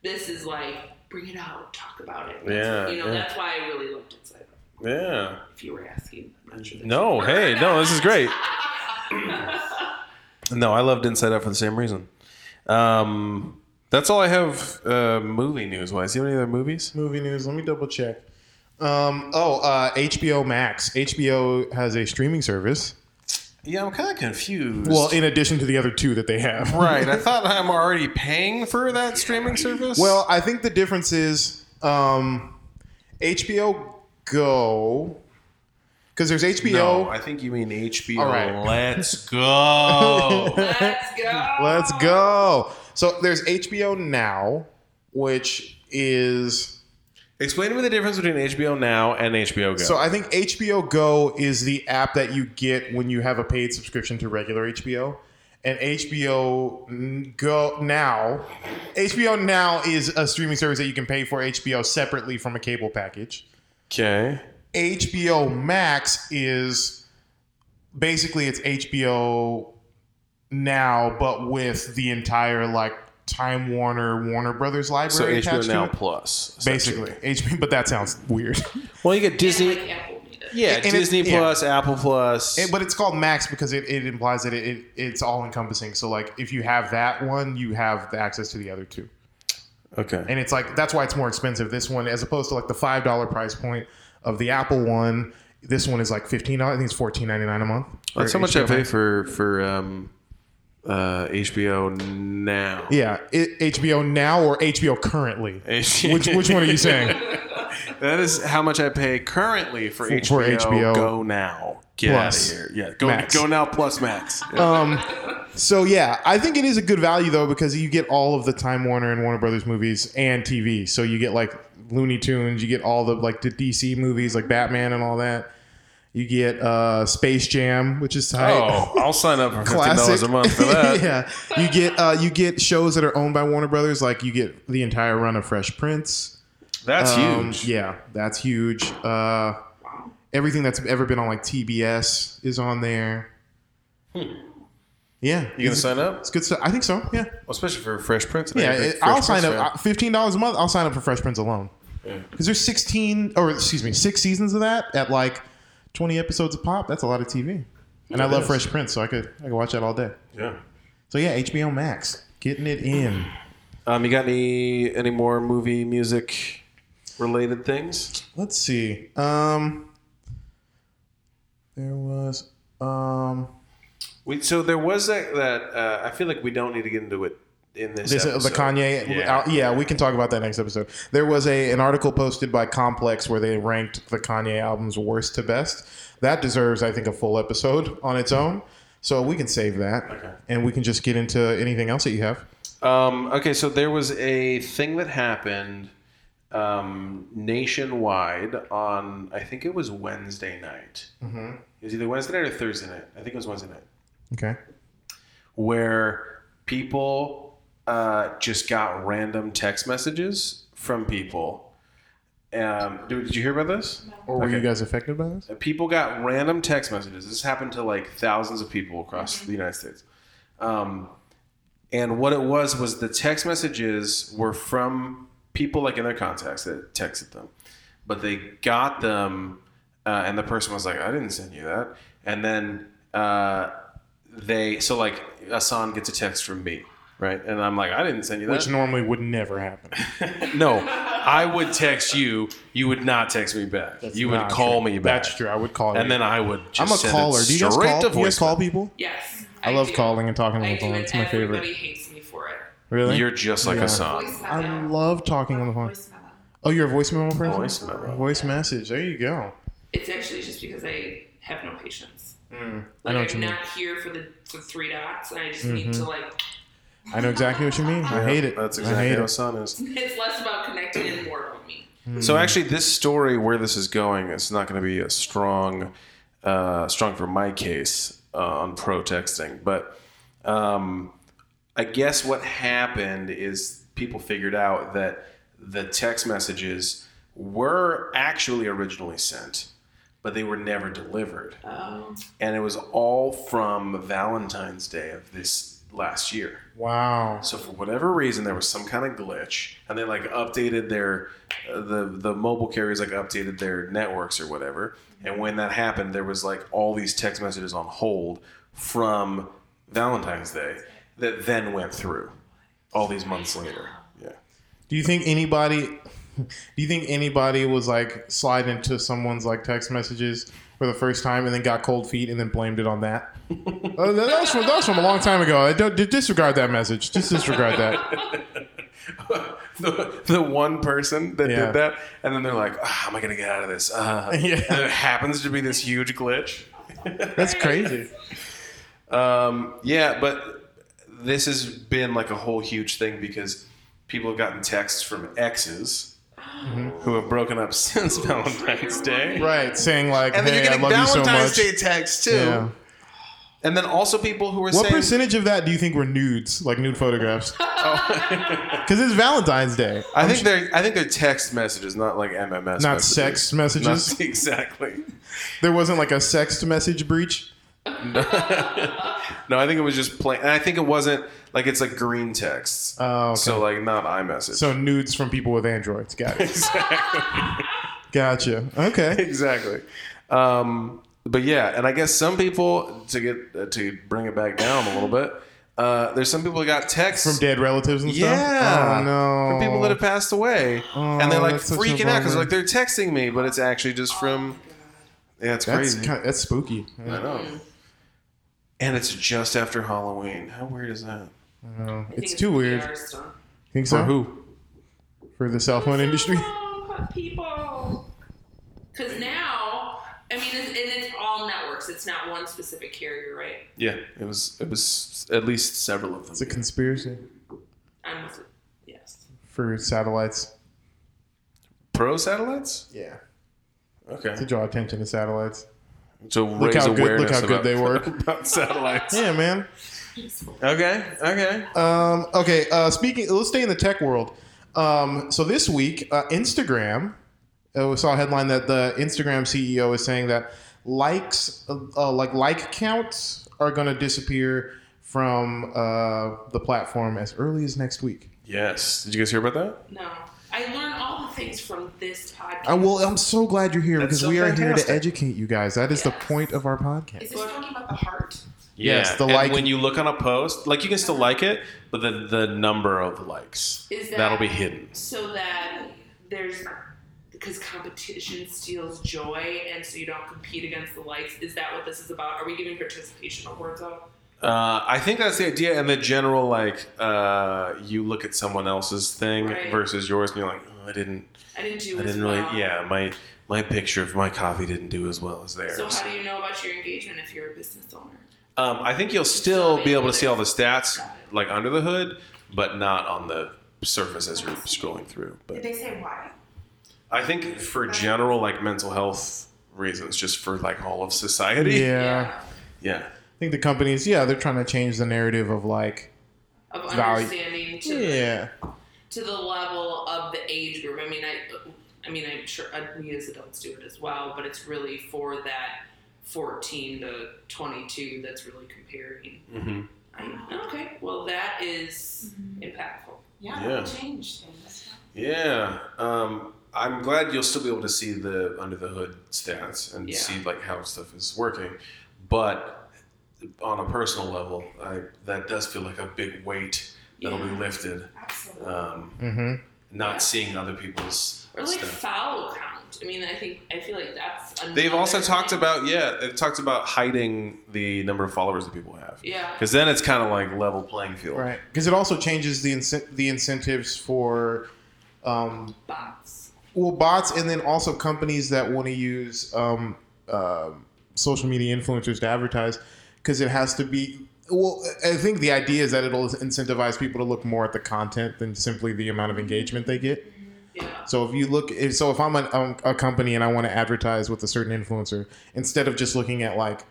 S4: This is like bring it out, talk about it. That's-
S1: Yeah,
S4: you know,
S1: yeah.
S4: that's why I really loved it. So
S1: Yeah.
S4: if you were asking, I'm not sure. that
S1: No, hey, no, this is great. no, I loved Inside Out for the same reason. Um, that's all I have uh, movie news wise. Do you have any other movies?
S2: Movie news. Let me double check. Um, oh, uh, HBO Max. HBO has a streaming service.
S1: Yeah, I'm kind of confused.
S2: Well, in addition to the other two that they have.
S1: right. I thought I'm already paying for that streaming service.
S2: Well, I think the difference is um, HBO Go, because there's HBO.
S1: no, I think you mean HBO.
S2: All right.
S1: Let's go.
S4: you- Let's go.
S2: Let's go. So there's HBO Now, which is
S1: Explain to me the difference between HBO Now and HBO Go.
S2: so I think HBO Go is the app that you get when you have a paid subscription to regular HBO. And HBO n- Go Now, HBO Now is a streaming service that you can pay for HBO separately from a cable package.
S1: okay.
S2: HBO Max is basically it's HBO now, but with the entire like Time Warner Warner Brothers
S1: So
S2: library
S1: HBO
S2: attached
S1: Now
S2: to it.
S1: Plus.
S2: Basically, HBO, but that sounds weird.
S1: Well, you get Disney.
S4: Like Apple made it.
S1: Yeah,
S2: And it-
S1: Disney
S2: yeah.
S1: Plus, Apple Plus.
S2: It- but it's called Max because it, it implies that it, it it's all encompassing. So like, if you have that one, you have the access to the other two.
S1: okay.
S2: and it's like that's why it's more expensive this one as opposed to like the five dollar price point of the apple one this one is like fifteen dollars i think it's fourteen ninety nine a month
S1: That's
S2: For
S1: how much I
S2: HBO
S1: pay
S2: Max.
S1: for for um, uh, HBO now.
S2: yeah it, hbo now or hbo currently which which one are you saying
S1: That is how much I pay currently for, HBO,
S2: for HBO
S1: Go now. Get
S2: Plus
S1: out of here. Yeah, go
S2: Max. Oh.
S1: go now plus Max. Yeah.
S2: Um, so yeah i think it is a good value though because you get all of the time warner and warner brothers movies and tv so you get like looney tunes you get all the like the dc movies like batman and all that you get uh space jam which is tight
S1: oh, I'll sign up for fifteen
S2: classic
S1: dollars a month for that.
S2: yeah, you get uh, you get shows that are owned by Warner Brothers. Like you get the entire run of Fresh Prince.
S1: That's
S2: Um,
S1: huge.
S2: Yeah, that's huge. Uh, everything that's ever been on like TBS is on there. Yeah,
S1: Hmm. You gonna
S2: it's,
S1: sign up? Oh,
S2: it's good stuff. I think so. Yeah,
S1: Especially for Fresh Prince. I know
S2: yeah.
S1: you're a big
S2: it-
S1: Fresh
S2: I'll
S1: Prince
S2: sign
S1: fan.
S2: up. I- Fifteen dollars a month. I'll sign up for Fresh Prince alone. Because there's sixteen, or excuse me, six seasons of that at like twenty episodes a pop. That's a lot of TV. And I
S1: It
S2: love
S1: is.
S2: Fresh Prince, so I could I could watch that all day.
S1: yeah.
S2: So yeah, HBO Max getting it in.
S1: Um, you got any any more movie music related things?
S2: Let's see. Um, there was um
S1: We, so there was that. that uh, I feel like we don't need to get into it in this.
S2: this uh, the
S1: episode.
S2: Kanye.
S1: Yeah.
S2: Yeah. yeah, we can talk about that next episode. There was a an article posted by Complex where they ranked the Kanye albums worst to best. That deserves, I think, a full episode on its own. So we can save that, and we can just get into anything else that you have.
S1: Um, okay, so there was a thing that happened um, nationwide on I think it was Wednesday night. Mm-hmm. It was either Wednesday night or Thursday night. I think it was Wednesday night,
S2: Okay.
S1: where people uh, just got random text messages from people. Um, dude, did you hear about this?
S2: Or were you
S1: Okay.
S2: guys affected by this?
S1: people got random text messages. This happened to like thousands of people across the United States. Um, and what it was was the text messages were from people like in their contacts that texted them, but they got them, uh, and the person was like, "I didn't send you that." And then uh, they, so like, Asan gets a text from me, right? And I'm like, "I didn't send you that."
S2: Which normally would never happen.
S1: no, I would text you. You would not text me back. you would
S2: Nah,
S1: call
S2: true.
S1: me back.
S2: That's true. I would call you.
S1: And then I would. Just
S2: I'm a
S1: send it
S2: caller. Do you guys
S1: straight
S2: call?
S1: to
S2: Do you guys call
S1: voicemail.
S2: people?
S4: Yes.
S2: I, love
S4: do.
S2: calling and talking on
S4: I
S2: the
S4: do,
S2: phone.
S4: and
S2: It's my
S4: everybody
S2: favorite.
S4: hates me for it.
S2: Really?
S1: You're just like
S2: Yeah.
S1: Hassan.
S4: Voicemail.
S2: I love talking on the phone.
S3: Voicemail.
S2: Oh, you're a voice memo person.
S1: Voice memo.
S2: Voice message. There you go.
S4: It's actually just because I have no patience.
S2: Hmm. I
S4: Like
S2: know
S4: I'm
S2: what you mean. Mm-hmm.
S4: not here for the for three dots, and I just need to like.
S2: I know exactly what you mean. I hate it.
S1: That's
S2: I
S1: exactly
S2: hate
S1: how
S2: it.
S1: Hassan is.
S4: It's less about connecting and more about me.
S1: So actually, this story where this is going, it's not going to be a strong, uh, strong for my case uh, on pro texting. But um, I guess what happened is people figured out that the text messages were actually originally sent, but they were never delivered,
S4: Oh.
S1: and it was all from Valentine's Day of this last year.
S2: Wow.
S1: So for whatever reason, there was some kind of glitch, and they like updated their uh, the the mobile carriers like updated their networks or whatever. And when that happened, there was like all these text messages on hold from Valentine's Day that then went through all these months later. Yeah,
S2: Do you think anybody? Do you think anybody was like slide into someone's like text messages for the first time and then got cold feet and then blamed it on that? uh, that was from that was from a long time ago. I don't, disregard that message. Just disregard that.
S1: the, the one person that
S2: Yeah.
S1: did that, and then they're like, "Ah, "How am I gonna get out of this?" Uh,
S2: Yeah.
S1: and it happens to be this huge glitch.
S2: That's crazy.
S1: Um, yeah, but this has been like a whole huge thing because people have gotten texts from exes who have broken up since Valentine's Day.
S2: Right, saying like,
S1: And then
S2: "Hey,
S1: you're
S2: I
S1: getting
S2: love you so much."
S1: Valentine's Day texts too.
S2: Yeah.
S1: And then also people who are
S2: What
S1: saying
S2: percentage of that do you think were nudes, like nude photographs? Because it's Valentine's Day.
S1: I think they're I think they're text messages, not like MMS.
S2: Not
S1: messages.
S2: sex
S1: Not-
S2: messages.
S1: exactly.
S2: There wasn't like a sext message breach.
S1: No, I think it was just plain and I think it wasn't like it's like green texts.
S2: Oh, okay.
S1: So like not iMessage.
S2: So nudes from people with androids. Got it. Gotcha. Okay.
S1: exactly. Um, but yeah, and I guess some people to get uh, to bring it back down a little bit. Uh, there's some people that got texts
S2: From dead relatives and stuff.
S1: Yeah,
S2: Oh no.
S1: from people that have passed away, and they're like
S2: Oh, that's such a
S1: freaking out because
S2: bummer.
S1: like they're texting me, but it's actually just from. Yeah, it's
S2: that's
S1: crazy.
S2: kind that's spooky.
S1: I know. And it's just after Halloween. How weird is that?
S2: No,
S4: I think
S2: it's too weird.
S4: PR stuff.
S2: Think so?
S1: For who?
S2: For the cell phone industry.
S4: No, people. Because now, I mean, it's, and it's all networks. It's not one specific carrier, right?
S1: Yeah, it was. It was at least several of them.
S2: It's a conspiracy
S4: I'm with it. Yes.
S2: for satellites.
S1: Pro satellites.
S2: Yeah.
S1: Okay.
S2: To draw attention to satellites.
S1: To
S2: Look
S1: raise
S2: how good- look
S1: awareness
S2: how good
S1: about-
S2: they work.
S1: about satellites.
S2: Yeah, man.
S1: Okay. Okay.
S2: Um, okay, uh, speaking, let's stay in the tech world. Um, so this week, uh, Instagram, uh, we saw a headline that the Instagram CEO is saying that likes, uh, uh, like like counts, are going to disappear from uh, the platform as early as next week.
S1: Yes. Did you guys hear about that?
S4: No. I learn all the things from this podcast.
S2: I will. I'm so glad you're here
S1: That's
S2: because
S1: so
S2: we are here
S1: fantastic.
S2: to educate you guys. That is the
S4: Yes.
S2: point of our podcast.
S4: Is this talking about the heart?
S2: Yes, the
S1: and
S2: like-
S1: when you look on a post, like you can still like it, but the the number of likes
S4: Is that-
S1: that'll be hidden.
S4: So that there's. Because competition steals joy, and so you don't compete against the likes. Is that what this is about? Are we giving participation awards out?
S1: Uh, I think that's the idea, and the general like uh, you look at someone else's thing
S4: Right.
S1: versus yours, and you're like, oh, I didn't,
S4: I didn't do.
S1: I
S4: as
S1: didn't really,
S4: well.
S1: yeah, my my picture of my coffee didn't do as well as theirs.
S4: So how do you know about your engagement if you're a business owner?
S1: um, I think you'll still be able to see all the stats like under the hood, but not on the surface as you're scrolling through. But
S3: Did they say why?
S1: I think for general like mental health reasons, just for like all of society.
S2: Yeah,
S1: Yeah.
S2: I think the companies. Yeah, they're trying to change the narrative of like.
S4: Of
S2: Value.
S4: understanding to the
S2: Yeah.
S4: to the level of the age group. I mean, I, I mean, I'm sure uh, we as adults do it as well, but it's really for that 14 to 22 that's really comparing.
S1: Mm-hmm.
S4: I, okay, well, that is
S2: Mm-hmm.
S4: impactful.
S3: Yeah,
S1: Yeah.
S3: they changed things.
S1: Yeah. Um, I'm glad you'll still be able to see the under the hood stats and
S4: Yeah.
S1: see like how stuff is working, but on a personal level, I, that does feel like a big weight that'll be
S4: Yeah.
S1: lifted.
S3: Absolutely.
S1: Um,
S2: Mm-hmm.
S1: not seeing other people's
S4: Or like
S1: stuff.
S4: foul count. I mean, I think I feel like that's.
S1: They've also
S4: another
S1: talked
S4: thing.
S1: about yeah, they've talked about hiding the number of followers that people have.
S4: Yeah.
S1: Because then it's kind of like level playing field.
S2: Right, because it also changes the incen- the incentives for um,
S4: bots.
S2: well bots, and then also companies that want to use um, um social media influencers to advertise, because it has to be. Well, I think the idea is that it'll incentivize people to look more at the content than simply the amount of engagement they get.
S4: Yeah.
S2: So if you look, if- so if I'm a, um, a company and I want to advertise with a certain influencer, instead of just looking at like,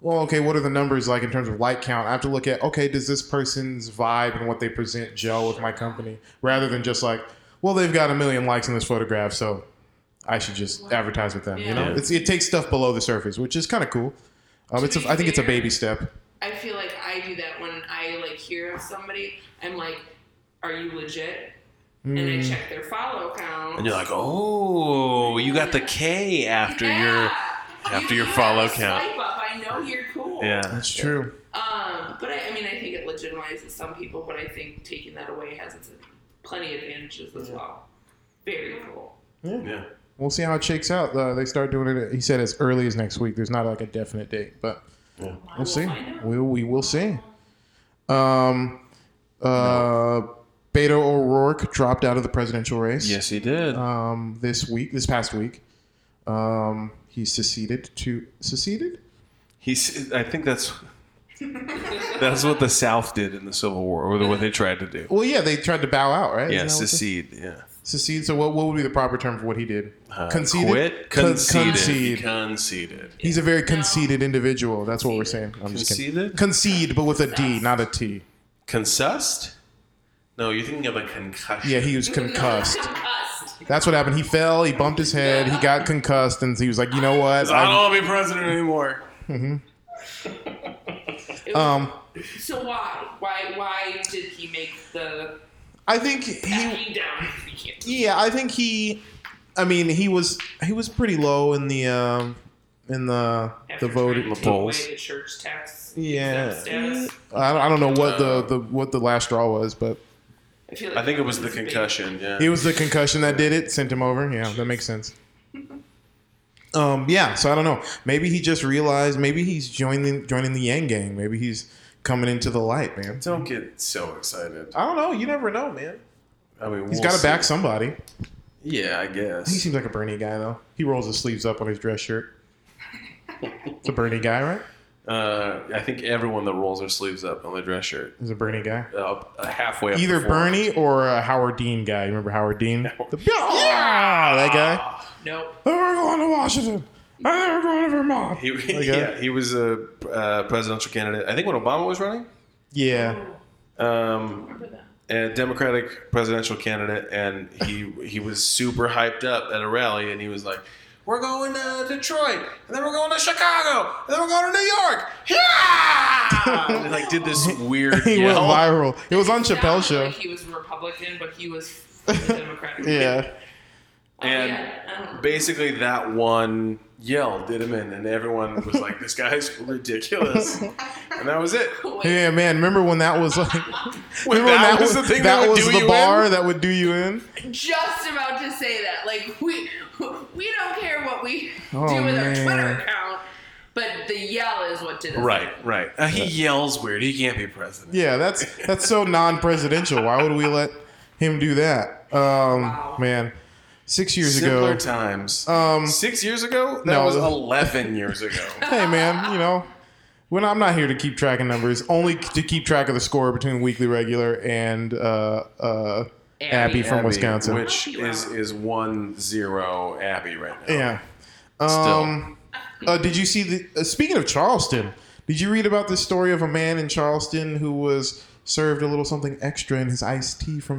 S2: well, okay, what are the numbers like in terms of like count? I have to look at okay, does this person's vibe and what they present gel with my company, rather than just like, well, they've got a million likes on this photograph, so I should just advertise with them. You know,
S4: Yeah.
S2: it's, it takes stuff below the surface, which is kind of cool. Um,
S4: To
S2: it's a,
S4: be
S2: I think it's a
S4: fair-
S2: baby step.
S4: I feel like I do that when I like hear of somebody. I'm like, "Are you legit?" And
S2: Mm,
S4: I check their follow count.
S1: Mm. And you're like, oh, you got the K after your. after your follow count.
S4: Swipe up. I know you're cool.
S1: Yeah.
S2: That's true.
S4: Um, but I, I mean, I think it legitimizes some people, but I think taking that away has its plenty of advantages as well. Very cool.
S1: Yeah.
S2: We'll see how it shakes out. Uh, they start doing it. He said as early as next week. There's not like a definite date, but we'll see.
S4: find out.
S2: We we will see. Um, uh, Beto O'Rourke dropped out of the presidential race.
S1: Yes, he did.
S2: Um, this week, this past week, um, he seceded to seceded.
S1: He's. I think that's. that's what the South did in the Civil War, or what they tried to do.
S2: Well, yeah, they tried to bow out, right?
S1: Yeah,
S2: Isn't that what they-
S1: secede. Yeah.
S2: Secede. So what, what would be the proper term for what he did?
S1: Uh,
S2: conceded.
S1: Quit.
S2: Con-
S1: Conceded.
S2: concede.
S1: Conceded.
S2: He's a very conceited individual. That's what we're saying. I'm just kidding.
S1: Conceded?
S2: Concede, but with a D, not a T.
S1: Concussed? No, you're thinking of a concussion.
S2: Yeah, he was concussed.
S4: Concussed.
S2: That's what happened. He fell, he bumped his head, he got concussed, and he was like, you know what?
S1: I don't
S2: I'm-
S1: want to be president anymore.
S4: It was-
S2: um,
S4: so why, why, why did he make the
S2: I think he,
S4: backing down? if we can't-
S2: yeah, I think he, I mean, he was he was pretty low in the um in the
S4: after
S2: the vote.
S4: trying to take
S1: polls.
S4: away the church tax.
S2: Yeah.
S4: status?
S2: I don't, I don't know what the, the what the last straw was, but
S4: I, feel like
S1: I think it
S4: that
S1: was the
S4: a big-
S1: concussion. Yeah.
S2: it was the concussion that did it. Sent him over. Yeah, that makes sense. Um, yeah, so I don't know. Maybe he just realized. Maybe he's joining joining the Yang Gang. Maybe he's coming into the light, man.
S1: don't get so excited.
S2: I don't know. You never know, man.
S1: I mean,
S2: He's
S1: we'll
S2: got to
S1: see.
S2: back somebody.
S1: Yeah, I
S2: He
S1: guess.
S2: seems like a Bernie guy though. He rolls his sleeves up on his dress shirt. It's a Bernie guy, right?
S1: Uh, I think everyone that rolls their sleeves up on the dress shirt,
S2: He's a Bernie guy.
S1: uh, halfway up.
S2: Either
S1: the forearm.
S2: Bernie or a Howard Dean guy. You remember Howard Dean? The-
S1: Ah!
S2: yeah, that guy.
S4: Nope.
S2: Oh, we're going to Washington. Oh, we're going to Vermont. uh,
S1: He,
S2: Okay.
S1: Yeah, he was a uh, presidential candidate. I think when Obama was running,
S2: Yeah.
S1: um,
S4: Remember that.
S1: a Democratic presidential candidate, and he he was super hyped up at a rally, and he was like, "We're going to Detroit, and then we're going to Chicago, and then we're going to New York." Yeah! and he, like did this weird
S2: He went
S1: yell.
S2: viral. It was on Chappelle's
S4: Sounded
S2: show.
S4: Like he was Republican, but he was Democratic.
S2: Yeah.
S4: Oh,
S1: And
S4: yeah. I don't-
S1: Basically, that one yell did him in, and everyone was like, "This guy's ridiculous," and that was it.
S4: Um, Wait,
S2: Yeah, man. Remember when that was like?
S1: When
S2: remember
S1: that was the thing that would
S2: was
S1: do
S2: the
S1: you
S2: bar
S1: in?
S2: that would do you in.
S4: just about to say that. Like we we don't care what we
S2: Oh,
S4: do with our
S2: man.
S4: Twitter account, but the yell is what did it.
S1: Right, right. Uh, he yells weird. He can't be president.
S2: Yeah, that's that's so non-presidential. Why would we let him do that? Um,
S4: Wow.
S2: man, six years
S1: Simpler
S2: ago.
S1: times.
S2: um,
S1: Six years ago? That
S2: No.
S1: was 11 years ago.
S2: hey, man, you know, when I'm not here to keep track of numbers, only to keep track of the score between weekly regular and uh, uh, Abby,
S4: Abby.
S2: from
S1: Abby,
S2: Wisconsin.
S1: Which is, is 1 0 Abby right now.
S2: yeah.
S1: Still.
S2: Um, uh, did you see the? Uh, speaking of Charleston, did you read about this story of a man in Charleston who was served a little something extra in his iced tea from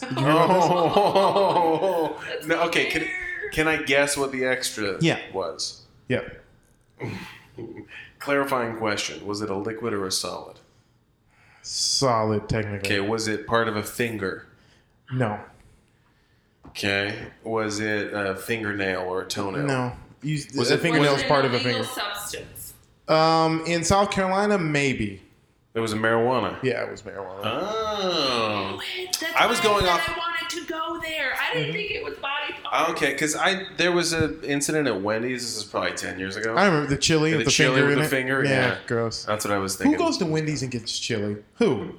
S2: Did you hear about this?
S1: Oh, no, okay. Can, can I guess what the extra
S2: Yeah.
S1: was?
S2: Yeah.
S1: Clarifying question Was it a liquid or a solid?
S2: Solid, technically.
S1: Okay. Was it part of a finger?
S2: No.
S1: Okay. Was it a fingernail or a toenail?
S2: No. You,
S1: Was
S2: a
S1: it-
S2: fingernail is
S4: it
S2: part
S4: an
S2: of a
S4: illegal
S2: finger.
S4: Substance.
S2: Um, in South Carolina, maybe.
S1: It was a marijuana.
S2: Yeah, it was marijuana.
S1: Oh.
S4: Wait, that's
S1: I was
S4: why
S1: going
S4: said
S1: off-
S4: I wanted to go there. I
S1: Mm-hmm.
S4: didn't think it was body parts.
S1: Okay, because I there was an incident at Wendy's. This is probably ten years ago.
S2: I remember the chili
S1: Yeah,
S2: with
S1: the
S2: the,
S1: chili
S2: finger
S1: with
S2: in
S1: the
S2: it.
S1: finger, yeah.
S2: gross.
S1: That's what I was thinking.
S2: Who goes to Wendy's and gets chili? Who?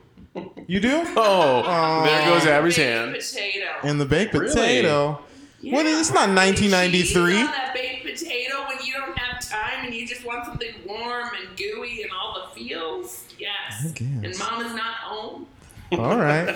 S2: You do?
S1: Oh, there goes Abby's
S4: Baked
S1: hand.
S4: Potato.
S2: and the baked
S1: Really?
S2: potato. What is? It's not
S4: Cheese
S2: 1993.
S4: on that baked potato when you don't have time and you just want something warm and gooey and all the feels. Yes.
S2: I guess.
S4: And mom is not home.
S2: All right.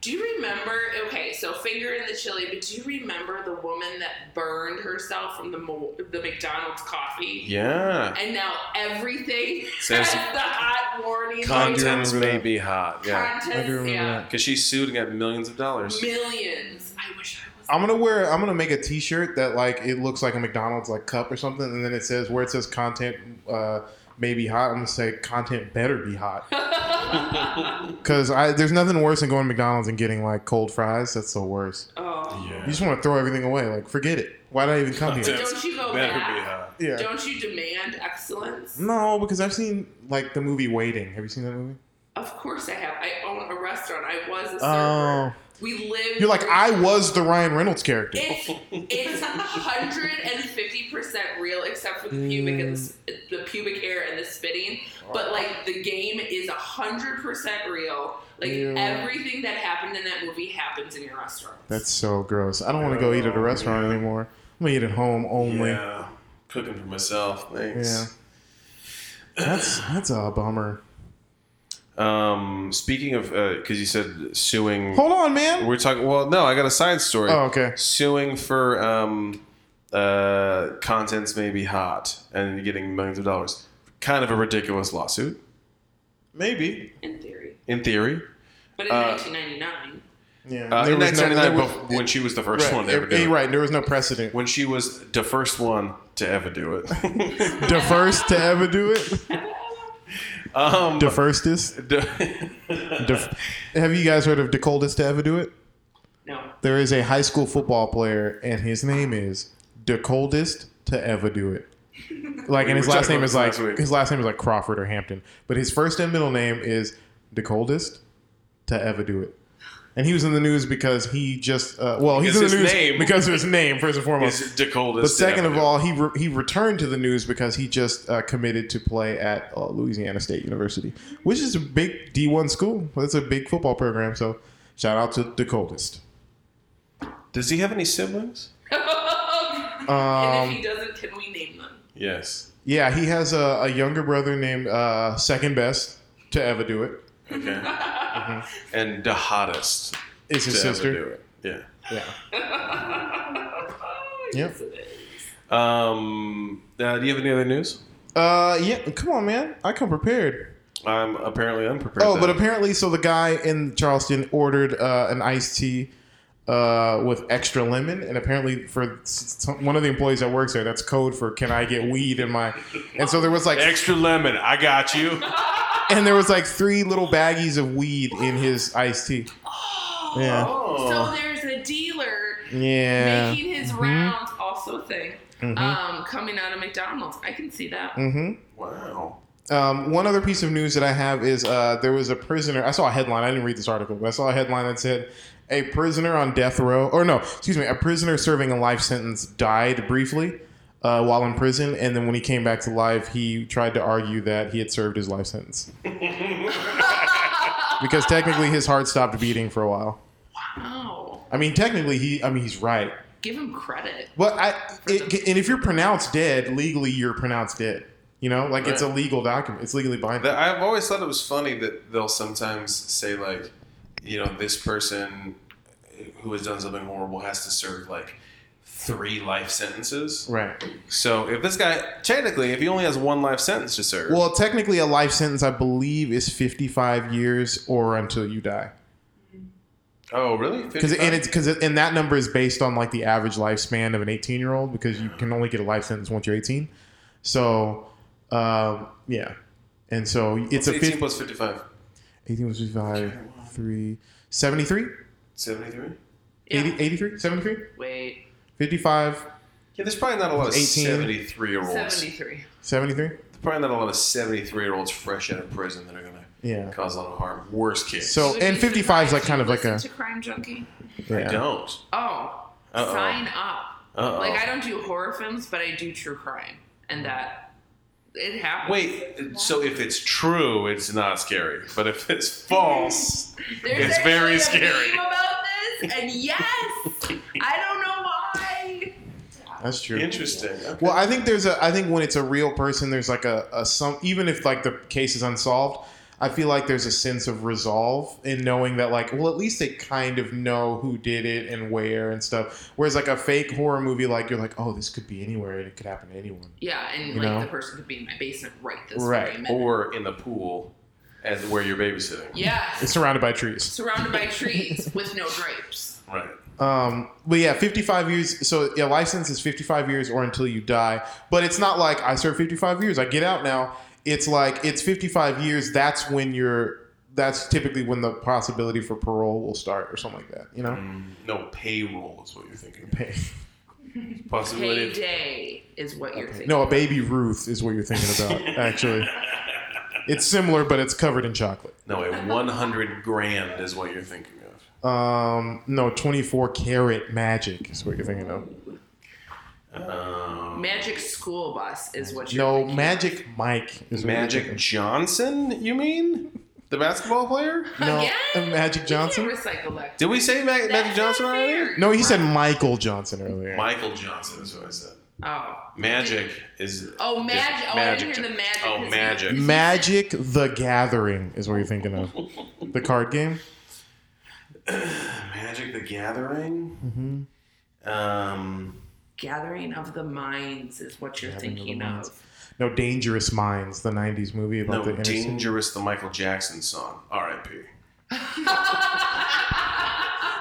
S4: Do you remember? Okay, so fa- finger in the chili, but do you remember the woman that burned herself from the Mo- the McDonald's coffee?
S1: Yeah.
S4: And now everything
S1: Says
S4: has the hot warning.
S1: Contents
S6: remember
S1: may
S6: that.
S1: be hot. Yeah.
S4: Contents, yeah.
S1: Because she sued and got millions of dollars.
S4: Millions. I wish I was.
S6: I'm
S2: gonna wear. I'm gonna make a T-shirt that like it looks like a McDonald's like cup or something, and then it says where it says content uh, may be hot. I'm gonna say content better be hot because I there's nothing worse than going to McDonald's and getting like cold fries. That's the worst.
S4: oh.
S2: You just want to throw everything away. Like forget it. Why did I even come here?
S1: Contents
S4: Don't you go
S1: better
S4: back.
S1: be hot.
S2: Yeah.
S4: Don't you demand excellence?
S2: No, because I've seen like the movie Waiting. Have you seen that movie?
S4: Of course I have. I own a restaurant. I was a server.
S2: Oh.
S4: We live.
S2: You're like I was the Ryan Reynolds character.
S4: It's it's hundred and fifty percent real, except for the pubic and the, s-
S2: Mm.
S4: the pubic hair and the spitting. But like the game is hundred percent real. Like
S2: Ew.
S4: everything that happened in that movie happens in your restaurant.
S2: That's so gross. I don't want to go eat at a restaurant anymore. I'm gonna eat at home only. Yeah.
S1: Yeah. Cooking for myself. Thanks.
S2: That's that's a bummer.
S1: Um, speaking of, because you said suing.
S2: Hold on, man.
S1: We're talking. Well, no, I got a side story.
S2: Oh, okay.
S1: Suing for um, uh, contents may be hot and getting millions of dollars. Kind of a ridiculous lawsuit. Maybe
S4: In theory,
S1: in theory.
S4: but in
S1: Uh,
S4: 1999,
S2: Yeah.
S1: Uh, in
S2: was no-
S1: 1999,
S2: there was-
S1: bef- when she was the first
S2: right,
S1: one to ever do
S2: eh,
S1: it.
S2: right, there was no precedent.
S1: When she was the first one to ever do it.
S2: The first to ever do it.
S1: um,
S2: The firstest. The- have you guys heard of the coldest to ever do it?
S4: no.
S2: There is a high school football player, and his name is the coldest to ever do it. Like, and his
S1: We were
S2: last
S1: talking
S2: name is
S1: about
S2: like
S1: this last week.
S2: his last name is like Crawford or Hampton, but his first and middle name is the coldest to ever do it. And he was in the news because he just uh, well he's in
S1: Because
S2: the news
S1: his name-
S2: because of his name first and foremost.
S1: is the coldest.
S2: But
S1: to
S2: second
S1: ever
S2: of
S1: do it.
S2: all, he re- he returned to the news because he just uh, committed to play at uh, Louisiana State University, which is a big D one school. That's a big football program. So shout out to the coldest.
S1: does he have any siblings?
S2: Um,
S4: and if he doesn't, can we name them?
S1: Yes.
S2: Yeah, he has a, a younger brother named uh, Second Best to ever do it.
S1: Okay. And the hottest
S2: Is his
S1: to
S2: sister.
S1: ever do it. Yeah.
S2: Yeah.
S4: Oh, Yes, it is.
S1: Um, uh, do you have any other news?
S2: Uh, yeah. Come on, man. I come prepared.
S1: I'm apparently unprepared.
S2: Oh, but
S1: then.
S2: apparently, so the guy in Charleston ordered uh, an iced tea uh, with extra lemon, and apparently, for s- s- one of the employees that works there, that's code for "Can I get weed in my?" And so there was like,
S1: extra lemon. I got you.
S2: and there was like three little baggies of weed in his iced tea.
S4: Oh.
S2: Yeah.
S4: So there's a dealer
S2: Yeah. Mm-hmm.
S4: making his rounds, also thing, um, coming out of McDonald's. I can see that.
S2: Mm-hmm.
S1: Wow.
S2: Um, one other piece of news that I have is uh, there was a prisoner. I saw a headline. I didn't read this article, but I saw a headline that said a prisoner on death row, or no, excuse me, a prisoner serving a life sentence died briefly uh, while in prison, and then when he came back to life, he tried to argue that he had served his life sentence because technically his heart stopped beating for a while.
S4: Oh,
S2: I mean, technically he. I mean, he's right.
S4: give him credit.
S2: Well, I it, and if you're pronounced dead legally, you're pronounced dead. You know, like it's a
S1: Right.
S2: legal document. It's legally binding.
S1: That, I've always thought it was funny that they'll sometimes say like, you know, this person who has done something horrible has to serve like three life sentences.
S2: right.
S1: So if this guy, technically, if he only has one life sentence to serve,
S2: Well, technically, a life sentence, I believe, is 55 years or until you die.
S1: oh really?
S2: Because
S1: 55?
S2: and it's because and that number is based on like the average lifespan of an 18 year old because you can only get a life sentence once you're 18. So, um, yeah, and so
S1: It's
S2: it's a
S1: 18
S2: 50,
S1: plus 55.
S2: 18 was 55, 3, 73,
S1: 73?
S2: 80, 83, 73,
S4: Wait,
S2: 55,
S1: Yeah, there's probably not a lot of
S2: 18.
S1: 73 year olds.
S4: seventy-three.
S2: 73.
S1: Probably not a lot of 73 year olds fresh out of prison that are going to
S2: Yeah.
S1: cause a lot of harm. Worst case.
S2: So
S4: Would
S2: and
S4: you
S2: 55 is
S4: subscribe
S2: like kind
S4: to
S2: of like a
S4: Listen to crime junkie.
S1: I
S2: yeah.
S1: don't.
S4: Oh,
S1: Uh-oh.
S4: sign up.
S1: Uh-oh.
S4: Like I don't do horror films, but I do true crime, and that it happens.
S1: Wait, so if it's true, it's not scary. But if it's false,
S4: There's
S1: it's very
S4: actually a
S1: scary.
S4: meme about this, and yes, I don't know why.
S2: That's true.
S1: interesting. Okay.
S2: Well, I think there's a. I think when it's a real person, there's like a, a some. Even if like the case is unsolved, I feel like there's a sense of resolve in knowing that, like, well, at least they kind of know who did it and where and stuff. Whereas, like, a fake horror movie, like, you're like, oh, this could be anywhere and it could happen to anyone.
S4: Yeah, and
S2: You
S4: like
S2: know?
S4: the person could be in my basement right this
S2: Right,
S4: very minute.
S1: or in the pool as where you're babysitting.
S4: yeah,
S2: It's surrounded by trees.
S4: surrounded by trees with no drapes.
S1: Right.
S2: Um, but yeah, 55 years. So a license is 55 years or until you die. But it's not like I served 55 years. I get out now. It's like it's 55 years. That's when you're. That's typically when the possibility for parole will start or something like that. You know.
S1: No payroll is what you're thinking.
S2: Hey.
S1: Possibility. of-
S4: Payday is what you're thinking.
S2: No, a baby Ruth is what you're thinking about. actually, it's similar, but it's covered in chocolate.
S1: No, a 100 grand is what you're thinking of.
S2: Um, no, 24 karat magic is what you're thinking of.
S1: Um,
S4: Magic school bus is what you're
S2: No,
S4: thinking.
S2: Magic Mike is what you're
S1: Magic
S2: thinking.
S1: Johnson, you mean? The basketball player?
S2: No,
S4: Again?
S2: uh, Magic Johnson.
S4: You can't recycle that.
S1: Did we say Ma- Magic
S4: That's
S1: Johnson
S4: not
S1: already?
S4: fair.
S2: No, he said Michael Johnson earlier.
S1: Michael Johnson is what I said.
S4: Oh.
S1: Magic is.
S4: Oh, mag-
S1: different.
S4: oh, I didn't hear the magic
S1: Oh,
S4: is-
S1: magic.
S2: Magic the Gathering is what you're thinking of. The card game?
S1: Magic the Gathering?
S2: Mm-hmm.
S1: Um,
S4: Gathering of the Minds is what you're
S2: Gathering of the
S4: thinking
S2: Minds.
S4: of.
S2: No, Dangerous Minds, the 90s movie
S1: no,
S2: about the inner city.
S1: Dangerous, the Michael Jackson song. R.I.P.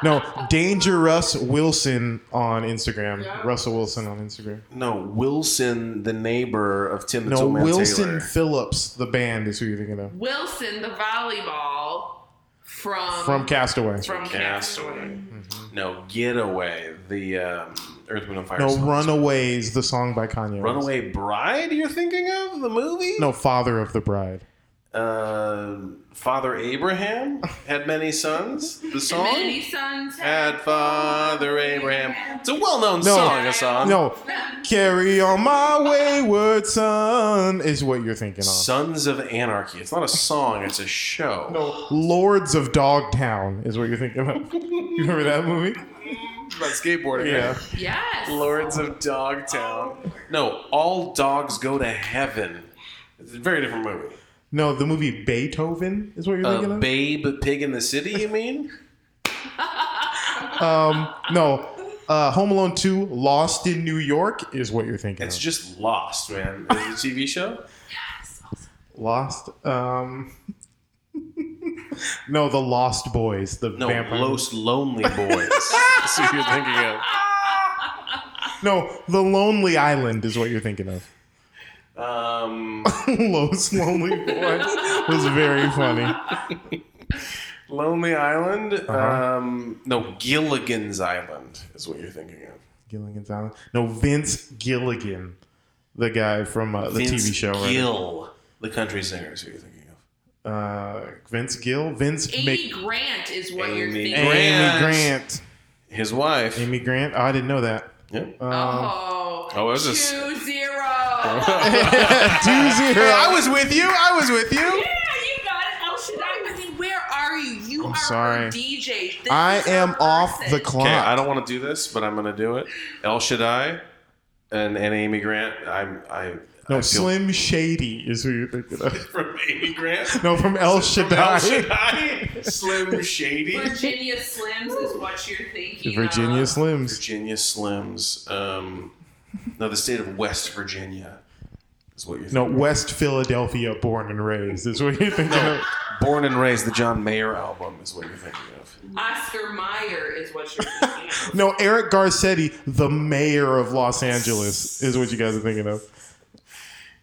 S2: No, Dangerous Wilson on Instagram. Russell Wilson on Instagram.
S1: No, Wilson, the neighbor of Tim the
S2: No,
S1: Toolman
S2: Wilson
S1: Taylor.
S2: Phillips, the band, is who you're thinking of.
S4: Wilson, the volleyball from
S2: From Castaway.
S4: from
S1: Castaway.
S4: Castaway. Mm-hmm.
S1: No, Getaway, the um, Earth, Wind, and Fire
S2: No,
S1: song.
S2: Runaways, the song by Kanye. West.
S1: Runaway Bride, you're thinking of? The movie?
S2: No, Father of the Bride.
S1: Uh, Father Abraham had many sons. The
S4: And
S1: song
S4: Many sons
S1: had Father Abraham. It's a well-known
S2: No.
S1: song. A song.
S2: No, Carry on my wayward son is what you're thinking of.
S1: Sons of Anarchy. It's not a song. It's a show.
S2: No, Lords of Dogtown is what you're thinking of. You remember that movie?
S1: It's about skateboarding.
S2: Yeah.
S4: Yes.
S1: Lords of Dogtown. No, all dogs go to heaven. It's a very different movie.
S2: No, the movie Beethoven is what you're thinking
S1: Uh,
S2: of.
S1: Babe, Pig in the City. You mean?
S2: um, no, uh, Home Alone Two, Lost in New York is what you're thinking
S1: It's
S2: of.
S1: just Lost, man. Is it a TV show?
S2: Lost. Um, no, the Lost Boys, the
S1: No,
S2: vampire.
S1: Los Lonely Boys. That's what you're thinking of.
S2: No, the Lonely Island is what you're thinking of.
S1: Um,
S2: Los Lonely Boys was very funny.
S1: Lonely Island.
S2: Uh-huh.
S1: Um, no, Gilligan's Island is what you're thinking of.
S2: Gilligan's Island. No, Vince Gilligan, the guy from uh, the
S1: Vince
S2: TV show. right?
S1: Gill, the country singer, is who you're thinking of.
S2: uh, Vince Gill, Vince
S4: Amy
S2: Mc-
S4: Grant is what you're
S1: Amy
S4: thinking.
S1: Grant.
S2: Amy Grant.
S1: His wife.
S2: Amy Grant. Oh, I didn't know that.
S1: Yeah.
S2: Um,
S4: Oh,
S1: Oh, it was just-
S4: two
S2: Oh.
S4: zero.
S2: Uh-huh. two zero.
S1: I was with you. I was with you.
S4: Yeah, you got it. El Shaddai. I mean, where are you? You
S2: I'm
S4: are
S2: sorry.
S4: our DJ. This
S2: I
S4: is our
S2: am off the
S4: person.
S2: clock.
S1: Okay, I don't want to do this, but I'm gonna do it. El Shaddai and, and Amy Grant. I'm I. I
S2: no,
S1: feel
S2: Slim Shady is who you're thinking of.
S1: from Amy Grant.
S2: No, from El
S1: El
S2: Shaddai.
S1: Shaddai, Slim Shady,
S4: Virginia Slims is what you're thinking.
S2: Virginia
S4: of.
S2: Slims.
S1: Virginia Slims. Um, no, the state of West Virginia is what you're.
S2: No, West Philadelphia, born and raised is what you're thinking of.
S1: Born and Raised, the John Mayer album is what you're thinking of.
S4: Oscar Meyer is what you're thinking. of.
S2: No, Eric Garcetti, the mayor of Los Angeles, is what you guys are thinking of.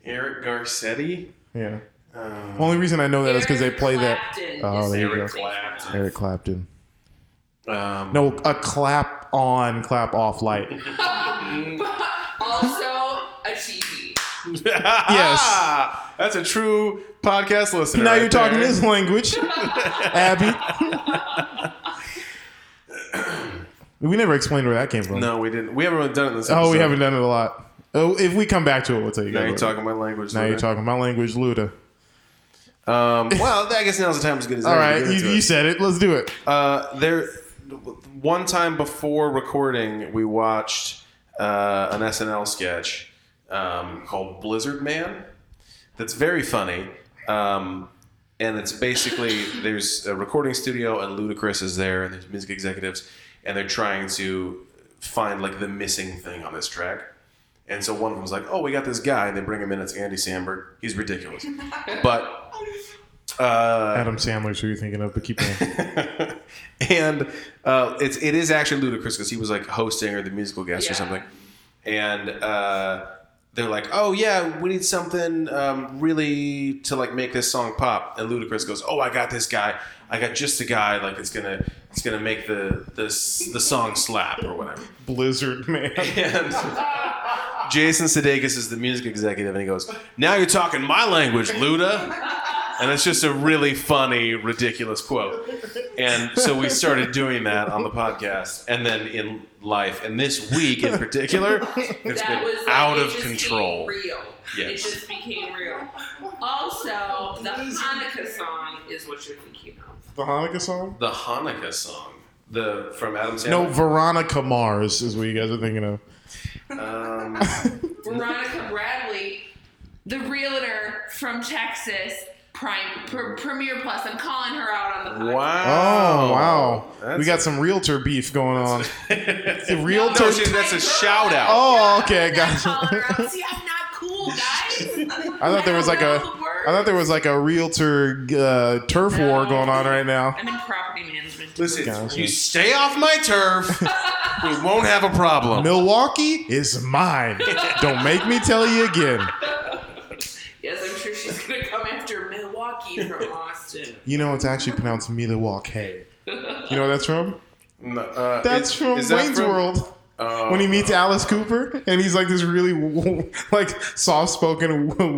S1: Eric Garcetti.
S2: Yeah.
S1: Um,
S2: Only reason I know that is because they
S4: Eric
S2: play
S4: Clapton
S2: that. Oh,
S4: is
S2: there you
S1: Eric
S2: go.
S1: Clapton.
S2: Eric Clapton.
S1: Um,
S2: No, a clap on, clap off light.
S4: also a TV.
S1: yes. That's a true podcast listener.
S2: now
S1: right
S2: you're talking
S1: there.
S2: this language, Abby. we never explained where that came from.
S1: No, we didn't. We haven't really done it in this
S2: Oh, we
S1: episode.
S2: haven't done it a lot. Oh, if we come back to it, we'll tell you.
S1: Now
S2: guys
S1: you're
S2: what-
S1: talking my language.
S2: Now you're
S1: Luda.
S2: talking my language, Luda.
S1: Um, well, I guess now's the time as good as
S2: All
S1: ever to
S2: right,
S1: get
S2: you,
S1: into
S2: you
S1: it.
S2: said it. Let's do it.
S1: Uh, there, one time before recording, we watched uh, an SNL sketch um, called Blizzard Man. That's very funny. Um, and it's basically there's a recording studio and Ludacris is there and there's music executives and they're trying to find like the missing thing on this track. And so one of them's like, "Oh, we got this guy," and they bring him in. It's Andy Samberg. He's ridiculous, but uh,
S2: Adam Sandler's who you're thinking of, but keep going.
S1: and uh, it's it is actually ludicrous because he was like hosting or the musical guest or
S4: Yeah.
S1: something, and uh, they're like, "Oh yeah, we need something um, really to like make this song pop." And Ludacris goes, "Oh, I got this guy. I got just a guy. Like it's gonna it's gonna make the the s- the song slap or whatever."
S2: Blizzard Man.
S1: And Jason Sudeikis is the music executive, and he goes, "Now you're talking my language, Luda." And it's just a really funny, ridiculous quote. And so we started doing that on the podcast, and then in life, and this week in particular, it's been
S4: that was like,
S1: out
S4: it
S1: of
S4: just
S1: control.
S4: Became real. It
S1: Yes.
S4: just became real. Also, the Hanukkah song is what you're thinking of.
S2: The Hanukkah song?
S1: The Hanukkah song, the from Adam
S2: No,
S1: Sandler.
S2: Veronica Mars is what you guys are thinking of.
S1: Um,
S4: Veronica Bradley, the realtor from Texas, Prime Pr- Premier Plus. I'm calling her out on the podcast.
S1: wow!
S2: Oh, wow.
S1: That's-
S2: we got some realtor beef going on. The
S1: No,
S2: realtor.
S1: she- that's a shout out.
S2: oh, okay,
S4: I'm
S2: guys.
S4: calling her out. See, I'm not cool, guys.
S2: I thought there was like a, I thought there was like a realtor uh, turf war going on right now.
S4: I'm in property management.
S1: Listen,
S2: Gotcha.
S1: you stay off my turf. we won't have a problem.
S2: Milwaukee is mine. Don't make me tell you again.
S4: Yes, I'm sure she's gonna come after Milwaukee from Austin.
S2: You know, it's actually pronounced Milwaukee. You know where that's from?
S1: No, uh,
S2: That's
S1: it's-
S2: from
S1: is that
S2: Wayne's
S1: from-
S2: World.
S1: Oh.
S2: when he meets Alice Cooper, and he's like this really like soft-spoken, uh,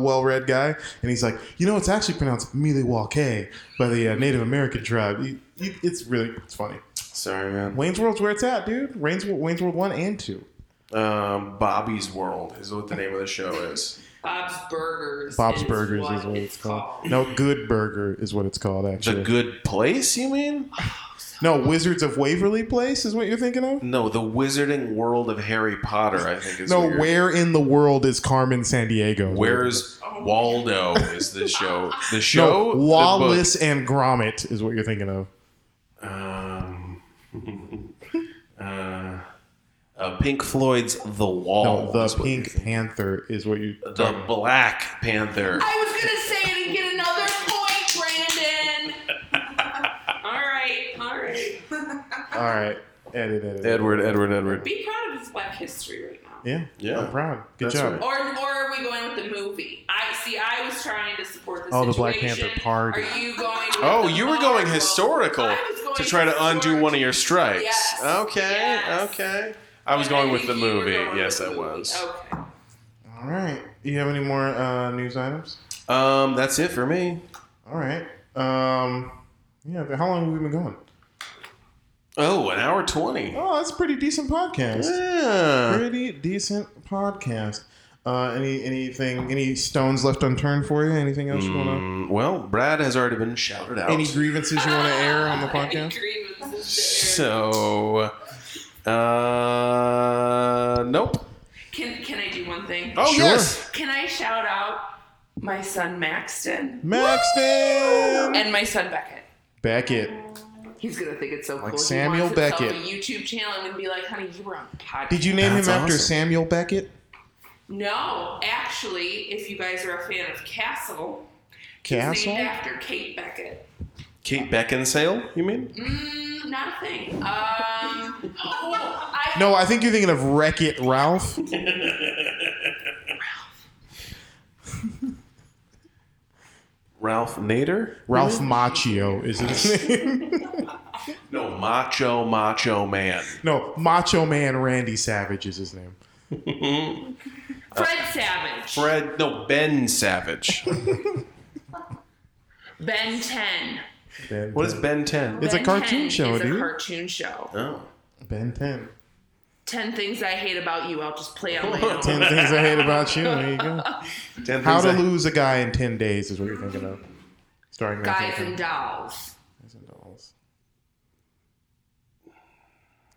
S2: well-read guy, and he's like, you know, it's actually pronounced Milwaukee by the uh, Native American tribe. You- you- It's really it's funny.
S1: Sorry, man.
S2: Wayne's World's where it's at, dude. Wayne's, Wayne's World one and two.
S1: Um, Bobby's World is what the name of the show is.
S4: Bob's Burgers.
S2: Bob's
S4: is
S2: Burgers
S4: what
S2: is what it's called. No, Good Burger is what it's called
S1: The
S2: actually.
S1: Good Place, you mean?
S2: no, Wizards of Waverly Place is what you're thinking of.
S1: No, the Wizarding World of Harry Potter. I think is
S2: No,
S1: weird.
S2: where in the world is Carmen San Diego?
S1: Where's Waldo? Is the show the show
S2: no,
S1: the book.
S2: Wallace and Gromit is what you're thinking of.
S1: Um, uh, uh, Pink Floyd's The Wall.
S2: No, the
S1: Oh, is what you're
S2: Pink Panther is what you.
S1: The Black Panther.
S4: I was gonna say it and get another point, Brandon. all right, all right.
S2: All right, edit, edit.
S1: Edward, Edward, Edward.
S4: Be proud of his Black history right now.
S2: Yeah,
S1: Yeah.
S2: I'm proud. Good
S1: That's
S2: job.
S1: right.
S4: Or, or are we going with the movie? I see. I was trying to support the
S2: Oh, the
S4: situation.
S2: Black Panther Party.
S4: Are you going? With
S1: Oh,
S4: the
S1: you were going
S4: Marvel?
S1: historical
S4: I was going
S1: to try to undo
S4: historical.
S1: one of your strikes.
S4: Yes.
S1: Okay,
S4: Yes.
S1: okay. I was
S4: And
S1: going with the
S4: think you were
S1: movie.
S4: going with
S1: Yes,
S4: the
S1: I
S4: movie.
S1: was.
S4: Okay.
S2: All right. Do you have any more uh, news items?
S1: Um, that's it for me.
S2: All right. Um, yeah. but How long have we been going?
S1: Oh, an hour twenty.
S2: Oh, that's a pretty decent podcast.
S1: Yeah.
S2: Pretty decent podcast. Uh, any anything? Any stones left unturned for you? Anything else going on?
S1: Mm, well, Brad has already been shouted out.
S2: Any grievances you want to air on the
S1: Ah,
S4: I agree
S2: podcast?
S4: with this there.
S1: so, uh, nope.
S4: Can Can I do one thing?
S1: Oh
S2: Sure.
S1: yes.
S4: Can I shout out my son Maxton
S2: Maxton
S4: and my son Beckett?
S2: Beckett.
S4: He's gonna think it's so
S2: Like
S4: cool.
S2: Samuel
S4: he wants himself
S2: Beckett.
S4: A YouTube channel and be like, "Honey, you were on podcast."
S2: Did you name
S1: That's
S2: him after
S1: awesome.
S2: Samuel Beckett?
S4: No, actually, if you guys are a fan of Castle, it's
S2: Castle.
S4: named after Kate Beckett.
S1: Kate Beckinsale, you mean?
S4: Mm, not a thing. Um, oh, I,
S2: No, I think you're thinking of Wreck It Ralph.
S1: Ralph Nader?
S2: Ralph Macchio is his name.
S1: No, Macho Macho Man.
S2: no, Macho Man Randy Savage is his name.
S4: Fred Savage,
S1: Fred? No, Ben Savage.
S4: Ben Ten.
S2: Ben
S1: what is
S2: 10.
S1: Ben Ten?
S2: It's a
S4: Ben
S2: cartoon
S4: 10
S2: show,
S4: is
S2: dude.
S4: A cartoon show.
S1: Oh.
S2: Ben 10.
S4: Ten things I hate about you. I'll just play on my own.
S2: 10 things I hate about you. There you go.
S1: Ten
S2: How
S1: things
S2: to
S1: I-
S2: lose a guy in 10 days is what you're thinking of. Starring
S4: Guys
S2: Nathan
S4: and dolls.
S2: Guys and Dolls.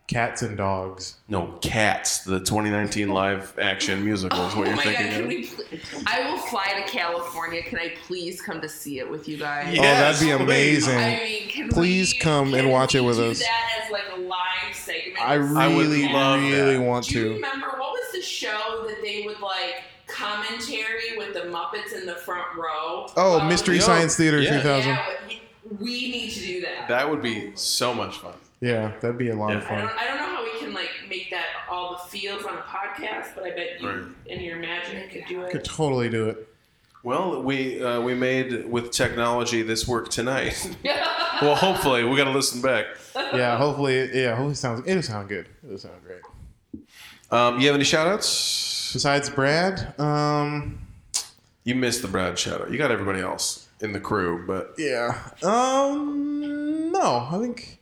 S2: Cats and Dogs.
S1: No, Cats, the 2019 live action musical is what
S4: oh
S1: you're
S4: my god!
S1: thinking.
S4: Can we? Pl- I will fly to California. Can I please come to see it with you guys?
S1: Yeah. Yes,
S2: oh, that'd be
S1: please.
S2: amazing.
S4: I mean, can
S2: Please
S4: we-
S2: come
S4: can
S2: and watch
S4: we
S2: it with
S4: do
S2: us.
S4: That as like a live segment.
S2: I really,
S1: I would love
S2: really
S1: that.
S2: want
S4: Do you
S2: to.
S4: remember what was the show that they would like commentary with the Muppets in the front row?
S2: Oh,
S4: Um,
S2: Mystery
S1: Yo,
S2: Science Theater
S1: yeah.
S2: 2000. Yeah.
S4: Yeah, we need to do that.
S1: That would be so much fun.
S2: that'd be a lot of
S1: Yeah.
S4: I
S2: fun.
S4: don't, I don't know how we can like make that all the feels on a podcast, but I bet you
S1: Right.
S4: in your imagining could do
S2: Could
S4: it.
S2: totally do it.
S1: Well, we uh, we made with technology this work tonight.
S4: Yeah.
S1: well, hopefully, we got to listen back.
S2: Yeah, hopefully, it- yeah, hopefully it sounds it'll sound good. It'll sound great.
S1: Um, you have any shout outs?
S2: Besides Brad, um,
S1: You missed the Brad shout out. You got everybody else in the crew, but
S2: yeah, um, no, I think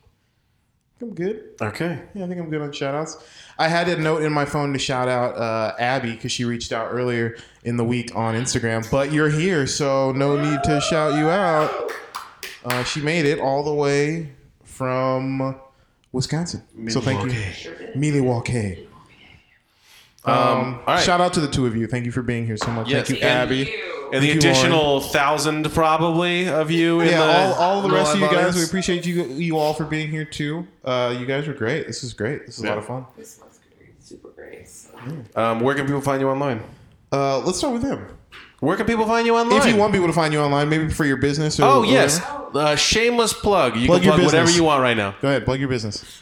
S2: I'm good.
S1: okay.
S2: Yeah, I think I'm good on shout outs. I had a note in my phone to shout out uh, Abby because she reached out earlier in the week on Instagram, but you're here, so no need to shout you out. Uh, she made it all the way from Wisconsin. So thank
S1: Milwaukee.
S2: you. Milwaukee. Um,
S1: all right.
S2: Shout out to the two of you. Thank you for being here so much.
S1: Yes,
S2: thank you,
S1: and-
S2: Abby.
S4: You.
S1: And the
S2: Thank you,
S1: additional thousand probably of you in
S2: yeah,
S1: the
S2: all, all the rest of you
S1: live
S2: guys,
S1: audience.
S2: we appreciate you you all for being here too. Uh, you guys were great. This is great. This is a
S1: Yeah.
S2: lot of fun.
S4: This was great, super great.
S2: Mm.
S1: um, where can people find you online?
S2: Uh, let's start with them.
S1: Where can people find you online?
S2: If you want people to find you online, maybe for your business or
S1: Oh
S2: or
S1: yes,
S2: whatever.
S1: uh, shameless plug. You
S2: Plug
S1: can
S2: your
S1: plug whatever
S2: business.
S1: you want right now.
S2: Go ahead, plug your business.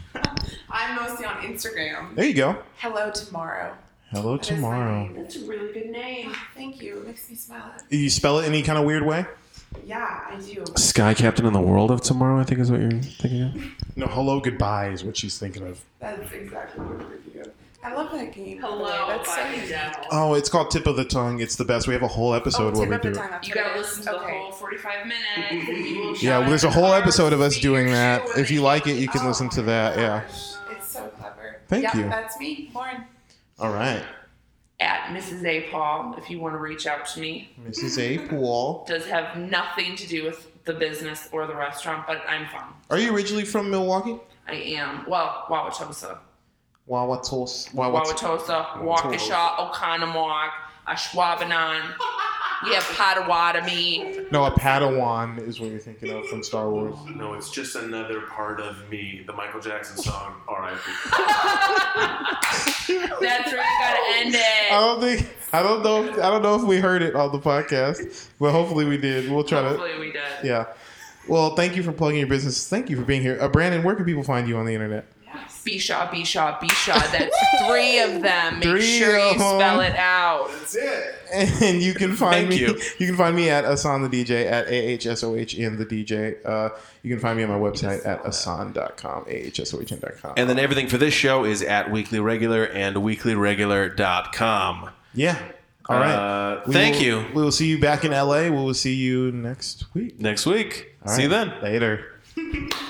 S3: I'm mostly on Instagram.
S2: There you go.
S3: Hello tomorrow.
S2: Hello
S3: That is my
S2: tomorrow.
S3: name.
S4: That's a really good name.
S3: Thank you. It makes me smile.
S2: You spell it any kind of weird way?
S3: Yeah, I do.
S1: Sky Captain in the World of Tomorrow, I think is what you're thinking of.
S2: No, hello goodbye is what she's thinking of.
S3: That's exactly what we're doing. I love that game. by the way.
S4: Hello,
S3: That's so
S4: by the
S3: easy.
S4: devil.
S2: Oh, it's called Tip of the Tongue. It's the best. We have a whole episode
S3: Oh,
S2: where
S3: tip
S2: we
S3: up
S2: do
S3: the
S2: it.
S3: tongue. That's
S4: You
S3: what
S4: gotta
S3: it is.
S4: listen to the
S3: Okay.
S4: whole 45 minutes. and we will
S2: Yeah,
S4: shout
S2: well, there's a
S4: out
S2: whole
S4: our
S2: episode of us
S4: speaker
S2: doing that.
S4: shoe
S2: If you
S4: and-
S2: like it, you can
S3: Oh
S2: listen to
S3: my
S2: that. Yeah.
S3: gosh, It's so clever.
S2: Thank
S3: yeah,
S2: you.
S3: That's me, Lauren.
S2: All right.
S4: At Mrs. A. Paul, if you want to reach out to me,
S2: Mrs. A. Pool.
S4: does have nothing to do with the business or the restaurant, but I'm fun.
S2: Are you originally from Milwaukee?
S4: I am. Well, Wauwatosa.
S2: Wauwatos. Wauwatosa.
S4: Wauwatosa, Waukesha, Oconomowoc, Ashwaubenon. Yeah, Potawatomi.
S2: No, a Padawan is what you're thinking of from Star Wars.
S1: No, it's just another part of me. The Michael Jackson song, R.I.P.
S4: That's where you gotta end it.
S2: I don't think I don't know if, I don't know if we heard it on the podcast, but hopefully we did. We'll try to
S4: Hopefully we did.
S2: Yeah. Well, thank you for plugging your business. Thank you for being here. Uh, Brandon, where can people find you on the internet?
S3: Yes.
S4: Bishaw, Bishaw, Bishaw. That's three of them. Make
S2: Three
S4: sure you
S2: of 'em.
S4: spell it out.
S2: That's it. And you can find
S1: Thank
S2: me.
S1: you.
S2: can find me at Asan the DJ at AHSOH in the DJ. Uh, you can find me on my website at asan.com, AHSOHN.com.
S1: And then everything for this show is at Weekly Regular and weeklyregular.com.
S2: yeah. All right.
S1: Uh,
S2: We
S1: thank
S2: will-
S1: you.
S2: We will see you back in LA. We will see you next week.
S1: Next week.
S2: All
S1: See you
S2: right.
S1: then.
S2: Later.